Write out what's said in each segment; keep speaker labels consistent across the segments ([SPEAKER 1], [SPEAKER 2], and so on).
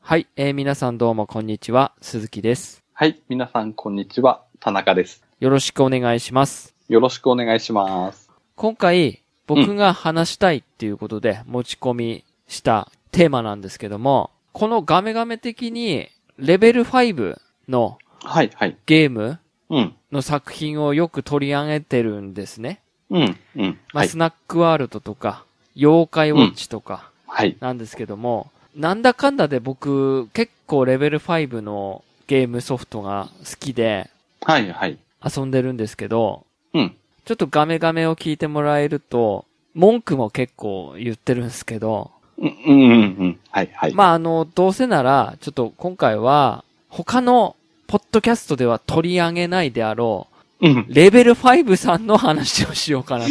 [SPEAKER 1] はい、えー皆さんどうもこんにちは、鈴木です。
[SPEAKER 2] はい、皆さんこんにちは、田中です。
[SPEAKER 1] よろしくお願いします。
[SPEAKER 2] よろしくお願いします。
[SPEAKER 1] 今回、僕が話したいっていうことで持ち込みしたテーマなんですけども、このガメガメ的にレベル5の
[SPEAKER 2] はい、はい。
[SPEAKER 1] ゲーム
[SPEAKER 2] うん、
[SPEAKER 1] の作品をよく取り上げてるんですね。
[SPEAKER 2] うん、うん。
[SPEAKER 1] まあ、
[SPEAKER 2] はい
[SPEAKER 1] ス、ナックワールドとか、妖怪ウォッチとか、
[SPEAKER 2] はい。
[SPEAKER 1] なんですけども、なんだかんだで僕、結構レベル5のゲームソフトが好きで
[SPEAKER 2] はい、はい。
[SPEAKER 1] 遊んでるんですけど、
[SPEAKER 2] うん。
[SPEAKER 1] ちょっとガメガメを聞いてもらえると、文句も結構言ってるんですけど、
[SPEAKER 2] うん、うん、うんうん。はい、はい。
[SPEAKER 1] まあ、あの、どうせなら、ちょっと今回は、他の、ポッドキャストでは取り上げないであろ
[SPEAKER 2] うん
[SPEAKER 1] う、。レベル5さんの話をしようかなと。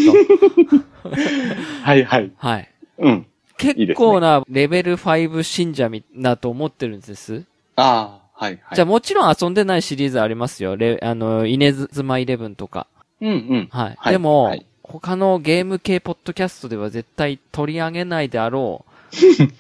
[SPEAKER 2] はい、はい。
[SPEAKER 1] はい。
[SPEAKER 2] うん。い
[SPEAKER 1] 結
[SPEAKER 2] です
[SPEAKER 1] 構
[SPEAKER 2] ね
[SPEAKER 1] なレベル5信者みだと思ってるんです。
[SPEAKER 2] ああ、はい、はい。
[SPEAKER 1] じゃあもちろん遊んでないシリーズありますよ。レ、あの、イネズマイレブンとか。
[SPEAKER 2] うん、うん。
[SPEAKER 1] はい。
[SPEAKER 2] はい
[SPEAKER 1] でも、
[SPEAKER 2] はい
[SPEAKER 1] 他のゲーム系ポッドキャストでは絶対取り上げないであろ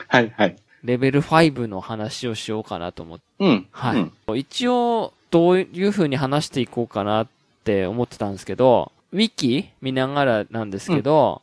[SPEAKER 2] はい、はい。
[SPEAKER 1] う、レベル5の話をしようかなと思って。
[SPEAKER 2] うん。
[SPEAKER 1] はい
[SPEAKER 2] うん
[SPEAKER 1] 一応、どういう風に話していこうかなって思ってたんですけど、ウィキ見ながらなんですけど、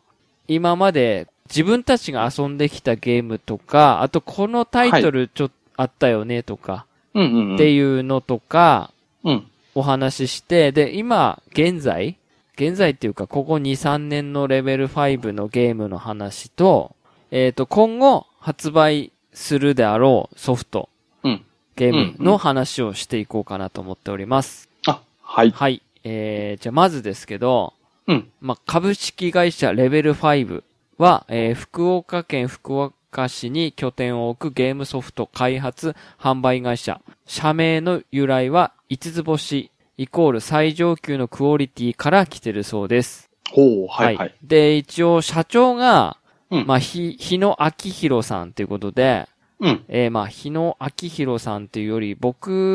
[SPEAKER 1] 今まで自分たちが遊んできたゲームとか、あとこのタイトルちょっとあったよねとか、
[SPEAKER 2] うん、うん。
[SPEAKER 1] っていうのとか、
[SPEAKER 2] うん。
[SPEAKER 1] お話しして、で、今、現在現在っていうか、ここ2、3年のレベル5のゲームの話と、えっ、と、今後発売するであろうソフト、
[SPEAKER 2] うん。
[SPEAKER 1] ゲームの話をしていこうかなと思っております。
[SPEAKER 2] あ、はい。
[SPEAKER 1] はい。えー、じゃあまずですけど、
[SPEAKER 2] うん。
[SPEAKER 1] まあ、株式会社レベル5は、えー福岡県福岡市に拠点を置くゲームソフト開発販売会社。社名の由来は、五つ星イコール最上級のクオリティから来てるそうです。
[SPEAKER 2] ほう、はい、はい。
[SPEAKER 1] で、一応社長が、
[SPEAKER 2] うん
[SPEAKER 1] まあ、ひ、日野明宏さんということで、
[SPEAKER 2] うん。
[SPEAKER 1] えーまあ、日野明宏さんっていうより、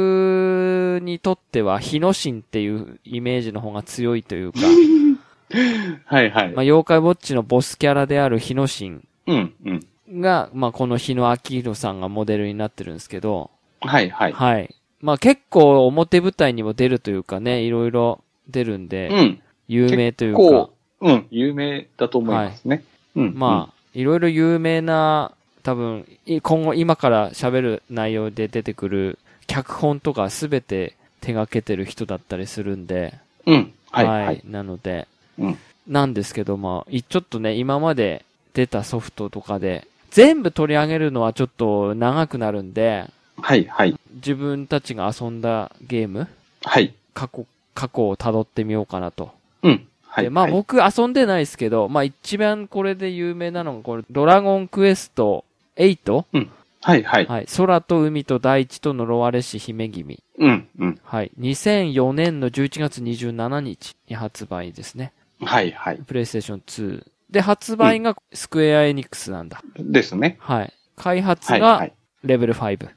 [SPEAKER 1] 僕にとっては日野神っていうイメージの方が強いというか、
[SPEAKER 2] はい、はい
[SPEAKER 1] まあ、。妖怪ウォッチのボスキャラである日野神
[SPEAKER 2] うん、うん。
[SPEAKER 1] が、まあ、この日野明宏さんがモデルになってるんですけど、
[SPEAKER 2] はい、はい。
[SPEAKER 1] はい。まあ、結構表舞台にも出るというかね、いろいろ出るん
[SPEAKER 2] う
[SPEAKER 1] で、
[SPEAKER 2] ん。
[SPEAKER 1] 有名というか
[SPEAKER 2] こ、う、うん。有名だと思いますね。うん。
[SPEAKER 1] まあ、いろいろ有名な、多分、い今後、今から喋る内容で出てくる脚本とかすべて手掛けてる人だったりするんで、
[SPEAKER 2] あ。うん。はい、はい。
[SPEAKER 1] なので、
[SPEAKER 2] うん
[SPEAKER 1] なんですけども、いちょっとね、今まで出たソフトとかで、全部取り上げるのはちょっと長くなるんで、
[SPEAKER 2] はい、はい。
[SPEAKER 1] 自分たちが遊んだゲーム、
[SPEAKER 2] はい。
[SPEAKER 1] 過去、過去を辿ってみようかなと。
[SPEAKER 2] うん。はい。
[SPEAKER 1] で、まあ
[SPEAKER 2] はい
[SPEAKER 1] 僕遊んでないですけど、まあ一番これで有名なのが、これ、ドラゴンクエスト 8?
[SPEAKER 2] はい、はい。
[SPEAKER 1] はい。空と海と大地と呪われし姫君。
[SPEAKER 2] うん、うん。
[SPEAKER 1] はい。2004年の11月27日に発売ですね。
[SPEAKER 2] はい、はい。
[SPEAKER 1] プレイステーション2。で、発売がスクエアエニックスなんだ。
[SPEAKER 2] ですね。
[SPEAKER 1] はい。開発
[SPEAKER 2] はい、は
[SPEAKER 1] が
[SPEAKER 2] い。
[SPEAKER 1] レベル5。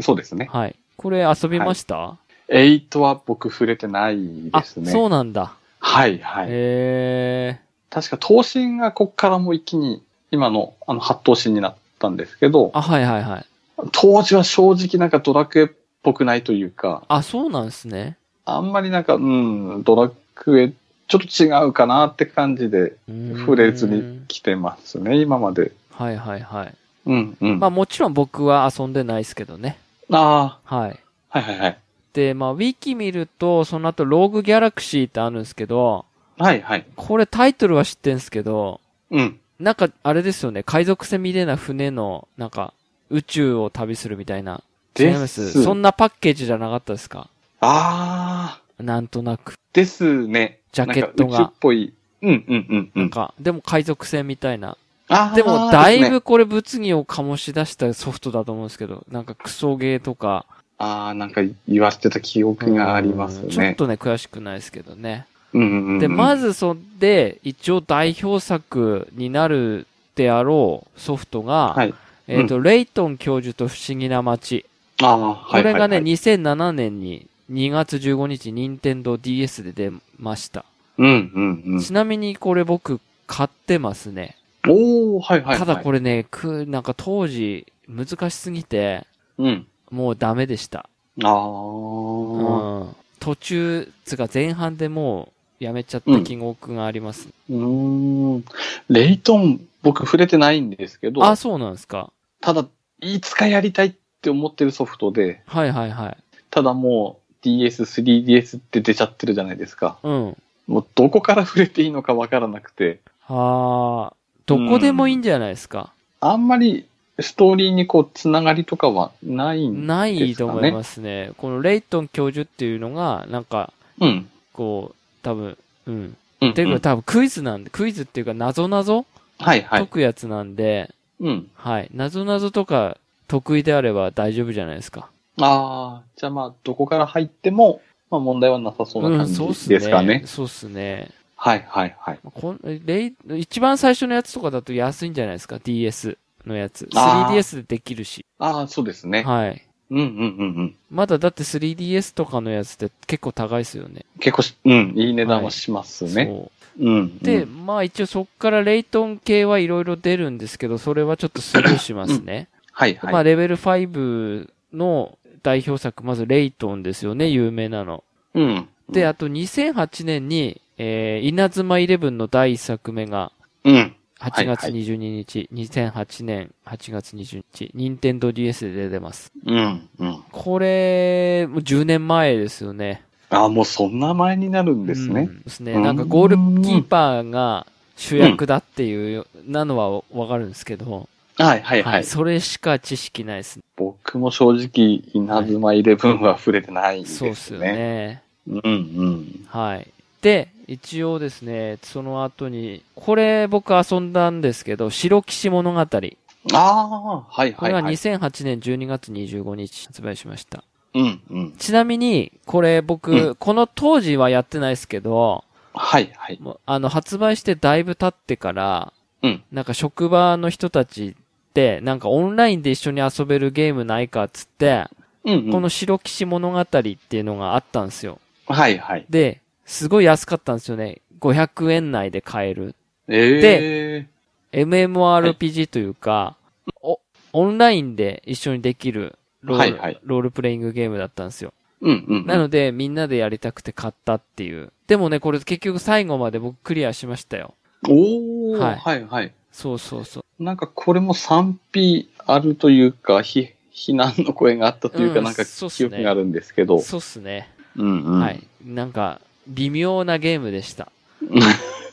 [SPEAKER 2] そうですね。
[SPEAKER 1] はい。これ遊びました、
[SPEAKER 2] 8は僕触れてない
[SPEAKER 1] あ、
[SPEAKER 2] ですね。
[SPEAKER 1] そうなんだ。
[SPEAKER 2] はい、はい。
[SPEAKER 1] へえ。
[SPEAKER 2] 確か、闘神がこっからもう一気に、今の、あの、八闘神になったんですけど、
[SPEAKER 1] あ、はいはいはい。
[SPEAKER 2] 当時は正直なんかドラクエっぽくないというか、
[SPEAKER 1] あ、そうなんですね。
[SPEAKER 2] あんまりなんか、うん、ドラクエ、ちょっと違うかなって感じで、
[SPEAKER 1] うーん
[SPEAKER 2] 触れずに。来てますね、今まで。
[SPEAKER 1] はいはいはい。
[SPEAKER 2] うん、うん。
[SPEAKER 1] まあ
[SPEAKER 2] あ
[SPEAKER 1] もちろん僕は遊んでないですけどね。
[SPEAKER 2] あ
[SPEAKER 1] はい。
[SPEAKER 2] ー、はい、はい、はい。
[SPEAKER 1] で、まあ、ウィキ見ると、その後、ローグギャラクシーってあるんですけど、
[SPEAKER 2] はい、はい。
[SPEAKER 1] これタイトルは知ってんすけど、
[SPEAKER 2] うん。
[SPEAKER 1] なんか、あれですよね、海賊船みたいな船の、なんか、宇宙を旅するみたいな。違い
[SPEAKER 2] で
[SPEAKER 1] ます。
[SPEAKER 2] す。
[SPEAKER 1] そんなパッケージじゃなかったですか
[SPEAKER 2] ああ、
[SPEAKER 1] なんとなく。
[SPEAKER 2] ですね。
[SPEAKER 1] ジャケットが
[SPEAKER 2] なんか宇宙っぽい。うんうんうんう
[SPEAKER 1] なん
[SPEAKER 2] ん。
[SPEAKER 1] か、でも海賊船みたいな。
[SPEAKER 2] あー
[SPEAKER 1] でも、だい
[SPEAKER 2] ですね
[SPEAKER 1] ぶこれ物議を醸し出したソフトだと思うんですけど、なんかクソゲーとか。
[SPEAKER 2] ああ、なんか言わせてた記憶があります
[SPEAKER 1] うんちょっ
[SPEAKER 2] ね。
[SPEAKER 1] とね、悔しくないですけどね。
[SPEAKER 2] うんうんうん、
[SPEAKER 1] で、ま
[SPEAKER 2] ず、
[SPEAKER 1] ずそんで、一応代表作になるであろうソフトが、
[SPEAKER 2] はい。
[SPEAKER 1] えっ、と、レイトン教授と不思議な街。
[SPEAKER 2] ああ、は
[SPEAKER 1] こ
[SPEAKER 2] い。
[SPEAKER 1] れがね、
[SPEAKER 2] はいはい
[SPEAKER 1] 2007年に2月15日、任天堂 DS で出ました。
[SPEAKER 2] うんうんうん。
[SPEAKER 1] ちなみにこれ僕買ってますね。
[SPEAKER 2] おおはいはいはい。
[SPEAKER 1] ただこ
[SPEAKER 2] れ。
[SPEAKER 1] れね、く、なんか当時難しすぎて、
[SPEAKER 2] うん。
[SPEAKER 1] もうダメでした。
[SPEAKER 2] ああ、
[SPEAKER 1] うん。途中、つか前半でもうやめちゃった金額があります。
[SPEAKER 2] うーん。レイトン、僕触れてないんですけど、
[SPEAKER 1] あ、そうなんですか。
[SPEAKER 2] ただ、いつかやりたいって思ってるソフトで、
[SPEAKER 1] はいはいはい。
[SPEAKER 2] ただもう DS、3DS って出ちゃってるじゃないですか。
[SPEAKER 1] うん。
[SPEAKER 2] もうどこから触れていいのかわからなくて、
[SPEAKER 1] ああ、どこでもいいんじゃないですか。
[SPEAKER 2] あんまりストーリーにこう、つながりとかはないん
[SPEAKER 1] ないと思いますね。このレイトン教授っていうのが、なんか、
[SPEAKER 2] うん。
[SPEAKER 1] こう、多分、うん。
[SPEAKER 2] うん。
[SPEAKER 1] ていううんか多分クイズなんで、クイズっていうか謎謎
[SPEAKER 2] はいはい
[SPEAKER 1] 解。くやつなんで、
[SPEAKER 2] うん。
[SPEAKER 1] はい。謎謎とか得意であれば大丈夫じゃないですか。
[SPEAKER 2] ああ、じゃあまあ、どこから入っても、まあ問題はなさそうな感
[SPEAKER 1] そうっ
[SPEAKER 2] じですかね。
[SPEAKER 1] そうっすね。
[SPEAKER 2] はいはいはい。
[SPEAKER 1] こんレイ一番最初のやつとかだと安いんじゃないですか ?DS のやつ。
[SPEAKER 2] あー
[SPEAKER 1] 3DS でできるし。
[SPEAKER 2] ああ、そうですね。
[SPEAKER 1] はい。
[SPEAKER 2] うんうんうんうん。
[SPEAKER 1] まだだって 3DS とかのやつって結構高いですよね。
[SPEAKER 2] 結構し、うん、いい値段はしますね。
[SPEAKER 1] そう
[SPEAKER 2] うん。
[SPEAKER 1] で、
[SPEAKER 2] うん、
[SPEAKER 1] まあ一応そっからレイトン系はいろいろ出るんですけど、それはちょっとスルーしますね。
[SPEAKER 2] はいはい。
[SPEAKER 1] まあレベル5の代表作、まずレイトンですよね、有名なの。
[SPEAKER 2] うん。
[SPEAKER 1] で、、あと2008年に、えー、稲妻イレブンの第一作目が、
[SPEAKER 2] うん。
[SPEAKER 1] 8月
[SPEAKER 2] はいは
[SPEAKER 1] 22日、2008年8月22日、任天堂 DS で出てます。
[SPEAKER 2] うん。うん。
[SPEAKER 1] これ、もう10年前ですよね。
[SPEAKER 2] ああ、もうそんな前になるんです
[SPEAKER 1] う
[SPEAKER 2] ね。
[SPEAKER 1] んですね。なんかゴールキーパーが主役だっていう、なのはわかるんですけど、
[SPEAKER 2] はいはいはい。
[SPEAKER 1] それしか知識ないですね。
[SPEAKER 2] 僕も正直、稲妻イレブンは触れてないです
[SPEAKER 1] そ
[SPEAKER 2] ね。
[SPEAKER 1] うっすよ。ね。
[SPEAKER 2] うんうん。
[SPEAKER 1] はい。で、一応ですね、その後に、これ僕遊んだんですけど、白騎士物語。これ
[SPEAKER 2] ああ、はいはい
[SPEAKER 1] が
[SPEAKER 2] はい。
[SPEAKER 1] 2008年12月25日発売しました。
[SPEAKER 2] うんうん。
[SPEAKER 1] ちなみに、これ僕、
[SPEAKER 2] うん
[SPEAKER 1] この当時はやってないですけど、
[SPEAKER 2] はいはい。
[SPEAKER 1] もうあの、発売してだいぶ経ってから、
[SPEAKER 2] うん
[SPEAKER 1] なんか職場の人たちって、なんかオンラインで一緒に遊べるゲームないかっつって、
[SPEAKER 2] うん、うん。
[SPEAKER 1] この白騎士物語っていうのがあったんですよ。
[SPEAKER 2] はいはい。
[SPEAKER 1] で、すごい安かったんですよね。500円内で買える。
[SPEAKER 2] ええ
[SPEAKER 1] MMORPG というか、おオンラインで一緒にできるロール,、
[SPEAKER 2] はいはい
[SPEAKER 1] ロールプレイングゲームだったんですよ。
[SPEAKER 2] うんう ん。
[SPEAKER 1] なので、みんなでやりたくて買ったっていう。でもね、これ結局最後まで僕クリアしましたよ。
[SPEAKER 2] おー、
[SPEAKER 1] はい
[SPEAKER 2] はいはい。
[SPEAKER 1] そうそうそう。
[SPEAKER 2] なんかこれも賛否あるというか、ひ非難の声があったというか、
[SPEAKER 1] うん
[SPEAKER 2] なんか
[SPEAKER 1] そうっす
[SPEAKER 2] 記
[SPEAKER 1] ね
[SPEAKER 2] 憶があるんですけど。
[SPEAKER 1] そうっすね。
[SPEAKER 2] うんうん。
[SPEAKER 1] はい。。なんか、微妙なゲームでした。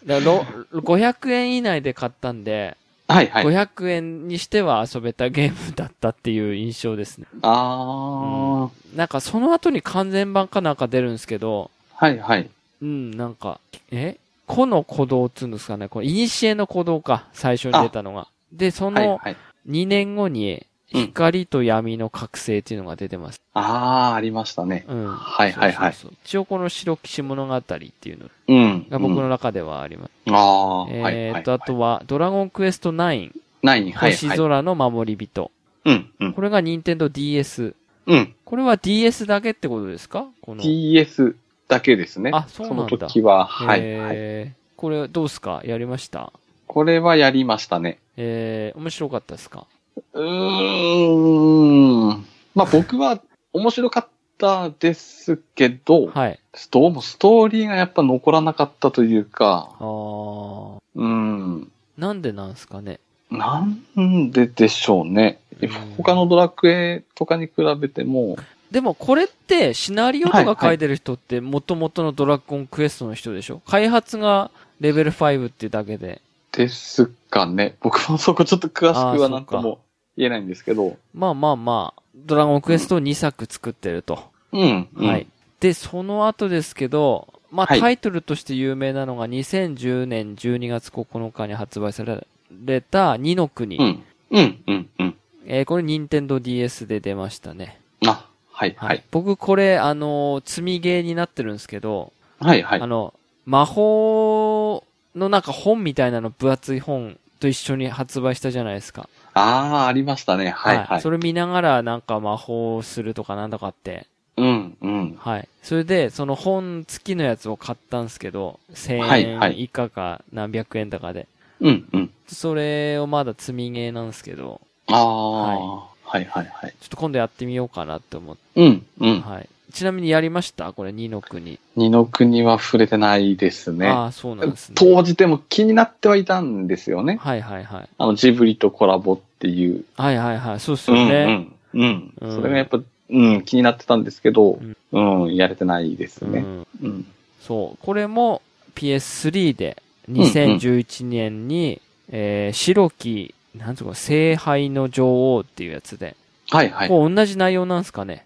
[SPEAKER 1] だろ500円以内で買ったんで、
[SPEAKER 2] はいはい。
[SPEAKER 1] 500円にしては遊べたゲームだったっていう印象ですね。
[SPEAKER 2] あー、
[SPEAKER 1] なんかその後に完全版かなんか出るんですけど、
[SPEAKER 2] はいはい。
[SPEAKER 1] うん、なんか、え個の鼓動っつうんですかね。これ、古の鼓動か、最初に出たのが。で、そ
[SPEAKER 2] はい
[SPEAKER 1] の
[SPEAKER 2] はい。
[SPEAKER 1] 2年後に、
[SPEAKER 2] うん
[SPEAKER 1] 光と闇の覚醒っていうのが出てます。
[SPEAKER 2] あー、ありましたね。
[SPEAKER 1] うん。
[SPEAKER 2] はいはいはい
[SPEAKER 1] そうそうそう一応この白騎士物語っていうの
[SPEAKER 2] うん。
[SPEAKER 1] が僕
[SPEAKER 2] う
[SPEAKER 1] の
[SPEAKER 2] ん
[SPEAKER 1] 中ではあります。
[SPEAKER 2] あー、はい
[SPEAKER 1] え
[SPEAKER 2] は
[SPEAKER 1] ー
[SPEAKER 2] い
[SPEAKER 1] っと、
[SPEAKER 2] は
[SPEAKER 1] あ
[SPEAKER 2] い。
[SPEAKER 1] とは、ドラゴンクエスト9、
[SPEAKER 2] ないに、はい
[SPEAKER 1] 星
[SPEAKER 2] はい。
[SPEAKER 1] 空の守り人。
[SPEAKER 2] うんうん。
[SPEAKER 1] これが任天堂 DS。
[SPEAKER 2] うん。
[SPEAKER 1] これは DS だけってことですかこの。
[SPEAKER 2] DS だけですね。
[SPEAKER 1] あそうなんだ
[SPEAKER 2] その時は、はいはい。
[SPEAKER 1] えーこれどうすかやりました
[SPEAKER 2] これはやりましたね。
[SPEAKER 1] えー、面白かったですか
[SPEAKER 2] うーん。まあ僕は面白かったですけど、
[SPEAKER 1] はい。
[SPEAKER 2] どうもストーリーがやっぱ残らなかったというか、
[SPEAKER 1] あー。
[SPEAKER 2] うん、
[SPEAKER 1] なんでなんすかね
[SPEAKER 2] なんででしょうね
[SPEAKER 1] うん。
[SPEAKER 2] 他のドラクエとかに比べても、
[SPEAKER 1] でもこれってシナリオと
[SPEAKER 2] はいは
[SPEAKER 1] か
[SPEAKER 2] い
[SPEAKER 1] 書いてる人って元々のドラゴンクエストの人でしょ開発がレベル5ってだけで。
[SPEAKER 2] ですかね。僕もそこちょっと詳しくはなんと
[SPEAKER 1] あーそっ
[SPEAKER 2] も言えないんですけど、
[SPEAKER 1] まあまあまあ、ドラゴンクエストを2作作ってると。
[SPEAKER 2] うん、うん
[SPEAKER 1] はい。。で、その後ですけど、まあ
[SPEAKER 2] はい
[SPEAKER 1] タイトルとして有名なのが2010年12月9日に発売された二の国。
[SPEAKER 2] うん、うん、うん、うん。
[SPEAKER 1] えーこれ任天堂 DS で出ましたね。
[SPEAKER 2] あ、はい、はい。
[SPEAKER 1] 僕これ、あのー積みゲーになってるんですけど、
[SPEAKER 2] はい、はい
[SPEAKER 1] あ。の、魔法のなんか本みたいなの分厚い本と一緒に発売したじゃないですか。
[SPEAKER 2] ああ、ありましたね。はい、はい
[SPEAKER 1] そ。れ見ながらなんか魔法をするとかなんだかあって。
[SPEAKER 2] うん、うん。
[SPEAKER 1] はい。それで、その本付きのやつを買ったんですけど、
[SPEAKER 2] はいは
[SPEAKER 1] 1000円
[SPEAKER 2] い
[SPEAKER 1] 以下か何百円だかで。
[SPEAKER 2] うん、うん。
[SPEAKER 1] それをまだ積みゲーなんですけど、
[SPEAKER 2] ああ、ははいはいはい。
[SPEAKER 1] ちょっと今度やってみようかなって思って、
[SPEAKER 2] うん、うん。
[SPEAKER 1] はい。ちなみにやりましたこれ、二の国。
[SPEAKER 2] 二の国は触れてないですね。
[SPEAKER 1] ああ、そうなんですね。
[SPEAKER 2] 当時でも気になってはいたんですよね。
[SPEAKER 1] はいはいはい。
[SPEAKER 2] あの、ジブリとコラボっていう。
[SPEAKER 1] はいはいはい。そうですよね。
[SPEAKER 2] うん、うん。う。
[SPEAKER 1] うんん
[SPEAKER 2] それがやっぱ、うん、気になってたんですけど、うん、やれてないです
[SPEAKER 1] うん
[SPEAKER 2] ね。うん。
[SPEAKER 1] そう。これも PS3 で2011年に、えー、白き、なんつうか、聖杯の女王っていうやつで。
[SPEAKER 2] はいはい。
[SPEAKER 1] こう同じ内容なんですかね。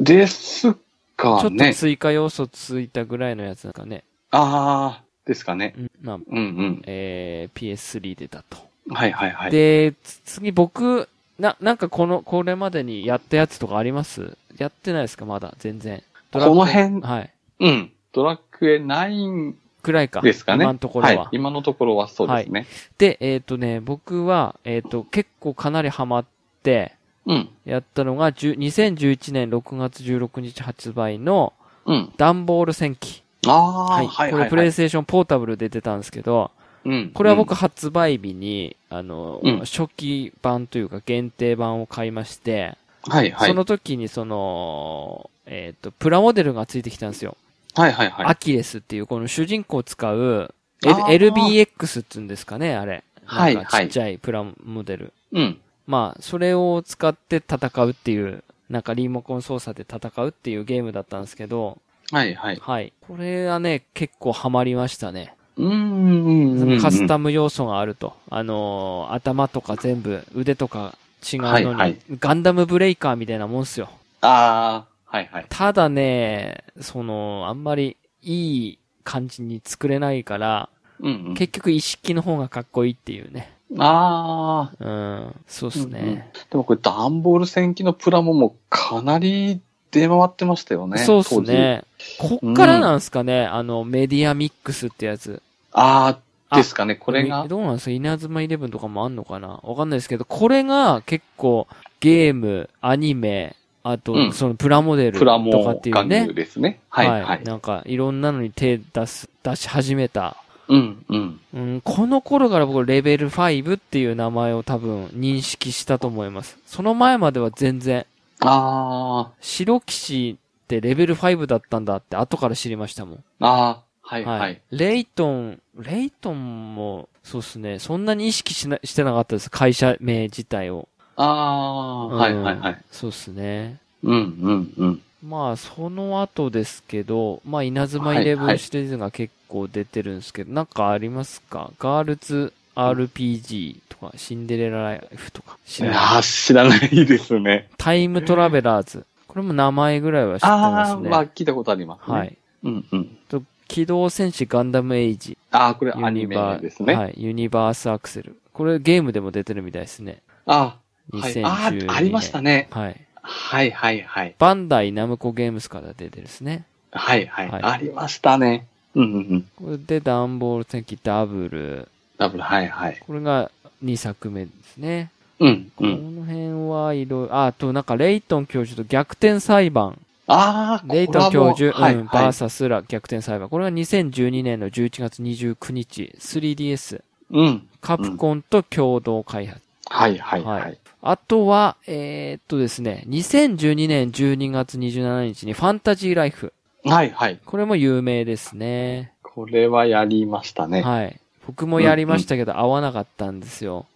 [SPEAKER 2] です
[SPEAKER 1] ちょ
[SPEAKER 2] か
[SPEAKER 1] っと
[SPEAKER 2] ね。
[SPEAKER 1] 追加要素ついたぐらいのやつなんかね。
[SPEAKER 2] ああ、ですかね。
[SPEAKER 1] うんまあ、
[SPEAKER 2] うん
[SPEAKER 1] えー、PS3 でだと。
[SPEAKER 2] うん。はいはいはい。
[SPEAKER 1] で、つ次僕、な、なんかこの、これまでにやったやつとかありますやってないですかまだ、全然。
[SPEAKER 2] この辺、
[SPEAKER 1] はい。
[SPEAKER 2] うん。ドラクエ9
[SPEAKER 1] くらいか。
[SPEAKER 2] ですかね。
[SPEAKER 1] 今のところは。
[SPEAKER 2] い。今のところはそうですね。
[SPEAKER 1] で、えっ、とね、僕は、えっ、と、結構かなりハマって、
[SPEAKER 2] うん。
[SPEAKER 1] やったのが、10 2011年6月16日発売の、
[SPEAKER 2] うん。
[SPEAKER 1] ダンボール戦記。
[SPEAKER 2] ああ、はい、はい
[SPEAKER 1] こ
[SPEAKER 2] は
[SPEAKER 1] れ、
[SPEAKER 2] い。
[SPEAKER 1] プレイステーションポータブルで出たんですけど、
[SPEAKER 2] うん。
[SPEAKER 1] これは僕発売日に、あの、
[SPEAKER 2] うん
[SPEAKER 1] 初期版というか限定版を買いまして、
[SPEAKER 2] うん、はいはい。
[SPEAKER 1] その時にその、えっ、と、プラモデルがついてきたんですよ。
[SPEAKER 2] はいはいはい。
[SPEAKER 1] アキレスっていう、この主人公を使う、
[SPEAKER 2] あー
[SPEAKER 1] L- LBX って言うんですかね、あれ。
[SPEAKER 2] はい
[SPEAKER 1] なんかちっちゃいプラモデル。
[SPEAKER 2] うん。
[SPEAKER 1] まあ、それを使って戦うっていう、なんかリモコン操作で戦うっていうゲームだったんですけど、
[SPEAKER 2] はいはい。
[SPEAKER 1] はい。これはね、結構ハマりましたね。
[SPEAKER 2] うーんうん。
[SPEAKER 1] カスタ
[SPEAKER 2] ム。
[SPEAKER 1] ム要素があると。あのー頭とか全部、腕とか違うのに、
[SPEAKER 2] はいはい
[SPEAKER 1] ガンダムブレイカーみたいなもんっすよ。
[SPEAKER 2] ああ、はいはい。
[SPEAKER 1] ただね、その、あんまりいい感じに作れないから、
[SPEAKER 2] うん、うん。
[SPEAKER 1] 結局一式の方がかっこいいっていうね。
[SPEAKER 2] ああ。
[SPEAKER 1] うん、そうっすね。
[SPEAKER 2] うんうんでもこれ、ダンボール戦記のプラモもかなり出回ってましたよね。
[SPEAKER 1] そうです
[SPEAKER 2] 当時。
[SPEAKER 1] ね。こっからなんですかね、あの、メディアミックスってやつ。
[SPEAKER 2] ああ、
[SPEAKER 1] あ
[SPEAKER 2] ですかね。これが
[SPEAKER 1] み。どうなんですか稲妻イレブンとかもあんのかなわかんないですけど、これが結構ゲーム、アニメ、あと、
[SPEAKER 2] うん
[SPEAKER 1] そのプラモデル
[SPEAKER 2] プラモ
[SPEAKER 1] とかっていう
[SPEAKER 2] 玩
[SPEAKER 1] ね
[SPEAKER 2] 具。ですね。はいはい。
[SPEAKER 1] なんか、いろんなのに手出す、出し始めた。
[SPEAKER 2] うんうん。
[SPEAKER 1] うん、この頃から僕、レベル5っていう名前を多分認識したと思います。その前までは全然、
[SPEAKER 2] あ
[SPEAKER 1] 白騎士ってレベル5だったんだって後から知りましたもん。
[SPEAKER 2] あ、ああ、はいは
[SPEAKER 1] はいい。。レイトン、レイトンも、そうですね、そんなに意識しな、してなかったです。会社名自体を。
[SPEAKER 2] ああ、はいはいはい。
[SPEAKER 1] そうですね。
[SPEAKER 2] うんうんうん。
[SPEAKER 1] まあ、その後ですけど、まあ、稲
[SPEAKER 2] はい
[SPEAKER 1] 妻イレブ
[SPEAKER 2] はい
[SPEAKER 1] ンシリーズが結構出てるんですけど、なんかありますかガールズ RPG とか、シンデレラライフとか、知
[SPEAKER 2] い
[SPEAKER 1] ら
[SPEAKER 2] や
[SPEAKER 1] ない
[SPEAKER 2] ー知らないですね。
[SPEAKER 1] タイムトラベラーズ。これも名前ぐらいは知ってます
[SPEAKER 2] ああ、
[SPEAKER 1] ね。
[SPEAKER 2] まあ聞いたことあります、ね。
[SPEAKER 1] は。い。
[SPEAKER 2] うんうん。
[SPEAKER 1] と、機動戦士ガンダムエイジ。
[SPEAKER 2] ああ、これア
[SPEAKER 1] ユ
[SPEAKER 2] ニ
[SPEAKER 1] ニ
[SPEAKER 2] メ
[SPEAKER 1] バー
[SPEAKER 2] ですね。
[SPEAKER 1] はい、ユニバースアクセル。これゲームでも出てるみたいですね。
[SPEAKER 2] ああ、はい、
[SPEAKER 1] 2012
[SPEAKER 2] あ
[SPEAKER 1] 年。
[SPEAKER 2] あ、ありましたね。
[SPEAKER 1] はい。
[SPEAKER 2] はいはいはい。
[SPEAKER 1] バンダイナムコゲームスから出てるですね。
[SPEAKER 2] はいはい。
[SPEAKER 1] はい
[SPEAKER 2] ありましたね。うんうんうん。
[SPEAKER 1] これでダンボール戦記ダブル。
[SPEAKER 2] ダブル、はいはい。
[SPEAKER 1] これが2作目ですね。
[SPEAKER 2] うんう
[SPEAKER 1] こ
[SPEAKER 2] ん。
[SPEAKER 1] の辺はいろいろ、ああとなんかレイトン教授と逆転裁判。
[SPEAKER 2] ああ、
[SPEAKER 1] レイトン
[SPEAKER 2] コラボ
[SPEAKER 1] 教授、
[SPEAKER 2] はい
[SPEAKER 1] うん、
[SPEAKER 2] は
[SPEAKER 1] バ
[SPEAKER 2] い
[SPEAKER 1] ー。サスラ逆転裁判。これが2012年の11月29日、3DS。
[SPEAKER 2] うん。
[SPEAKER 1] カプコンと共同開発。
[SPEAKER 2] はいはいは。
[SPEAKER 1] はいあとは、えーっとですね、2012年12月27日にファンタジーライフ。
[SPEAKER 2] はいはい。
[SPEAKER 1] これも有名ですね。
[SPEAKER 2] これはやりましたね。
[SPEAKER 1] はい。僕もやりましたけど、合わなかったんです よ。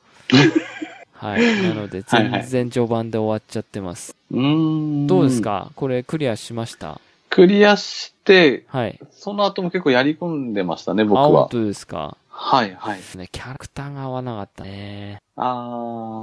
[SPEAKER 1] はい。なので、
[SPEAKER 2] はいはい
[SPEAKER 1] 全然序盤で終わっちゃってます。
[SPEAKER 2] うーん。
[SPEAKER 1] どうですかこれクリアしました
[SPEAKER 2] クリアして、
[SPEAKER 1] はい。
[SPEAKER 2] その後も結構やり込んでましたね、僕
[SPEAKER 1] あ、本
[SPEAKER 2] は。
[SPEAKER 1] 当ですか
[SPEAKER 2] はいはい
[SPEAKER 1] で。すね。キャラクターが合わなかったね。
[SPEAKER 2] あ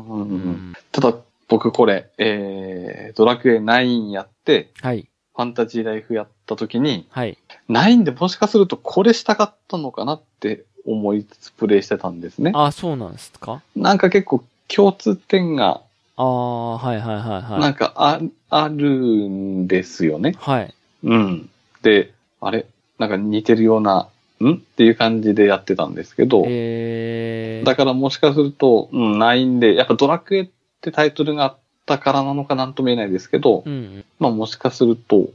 [SPEAKER 2] ー、うん
[SPEAKER 1] う
[SPEAKER 2] う、
[SPEAKER 1] んん。
[SPEAKER 2] ただ、僕これ、えー、ドラクエ9やって、
[SPEAKER 1] はい。
[SPEAKER 2] ファンタジーライフやった時に、
[SPEAKER 1] はい。
[SPEAKER 2] 9でもしかするとこれしたかったのかなって思いつつプレイしてたんですね。
[SPEAKER 1] あ、そうなんですか
[SPEAKER 2] なんか結構共通点が、
[SPEAKER 1] ああ、はいはいはいは
[SPEAKER 2] ないん。かあ,、あるんですよね。
[SPEAKER 1] はい。
[SPEAKER 2] うん。で、あれなんか似てるような、んっていう感じでやってたんですけど、
[SPEAKER 1] えー
[SPEAKER 2] だ。からもしかすると、うん、9で、やっぱドラクエってタイトルがあったからなのかなんとも言えないですけど、
[SPEAKER 1] うんうん。
[SPEAKER 2] まあもしかすると、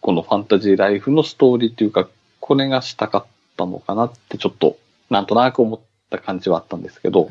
[SPEAKER 2] このファンタジーライフのストーリーというか、これがしたかったのかなってちょっと、なんとなく思っった感じはあったんですけど、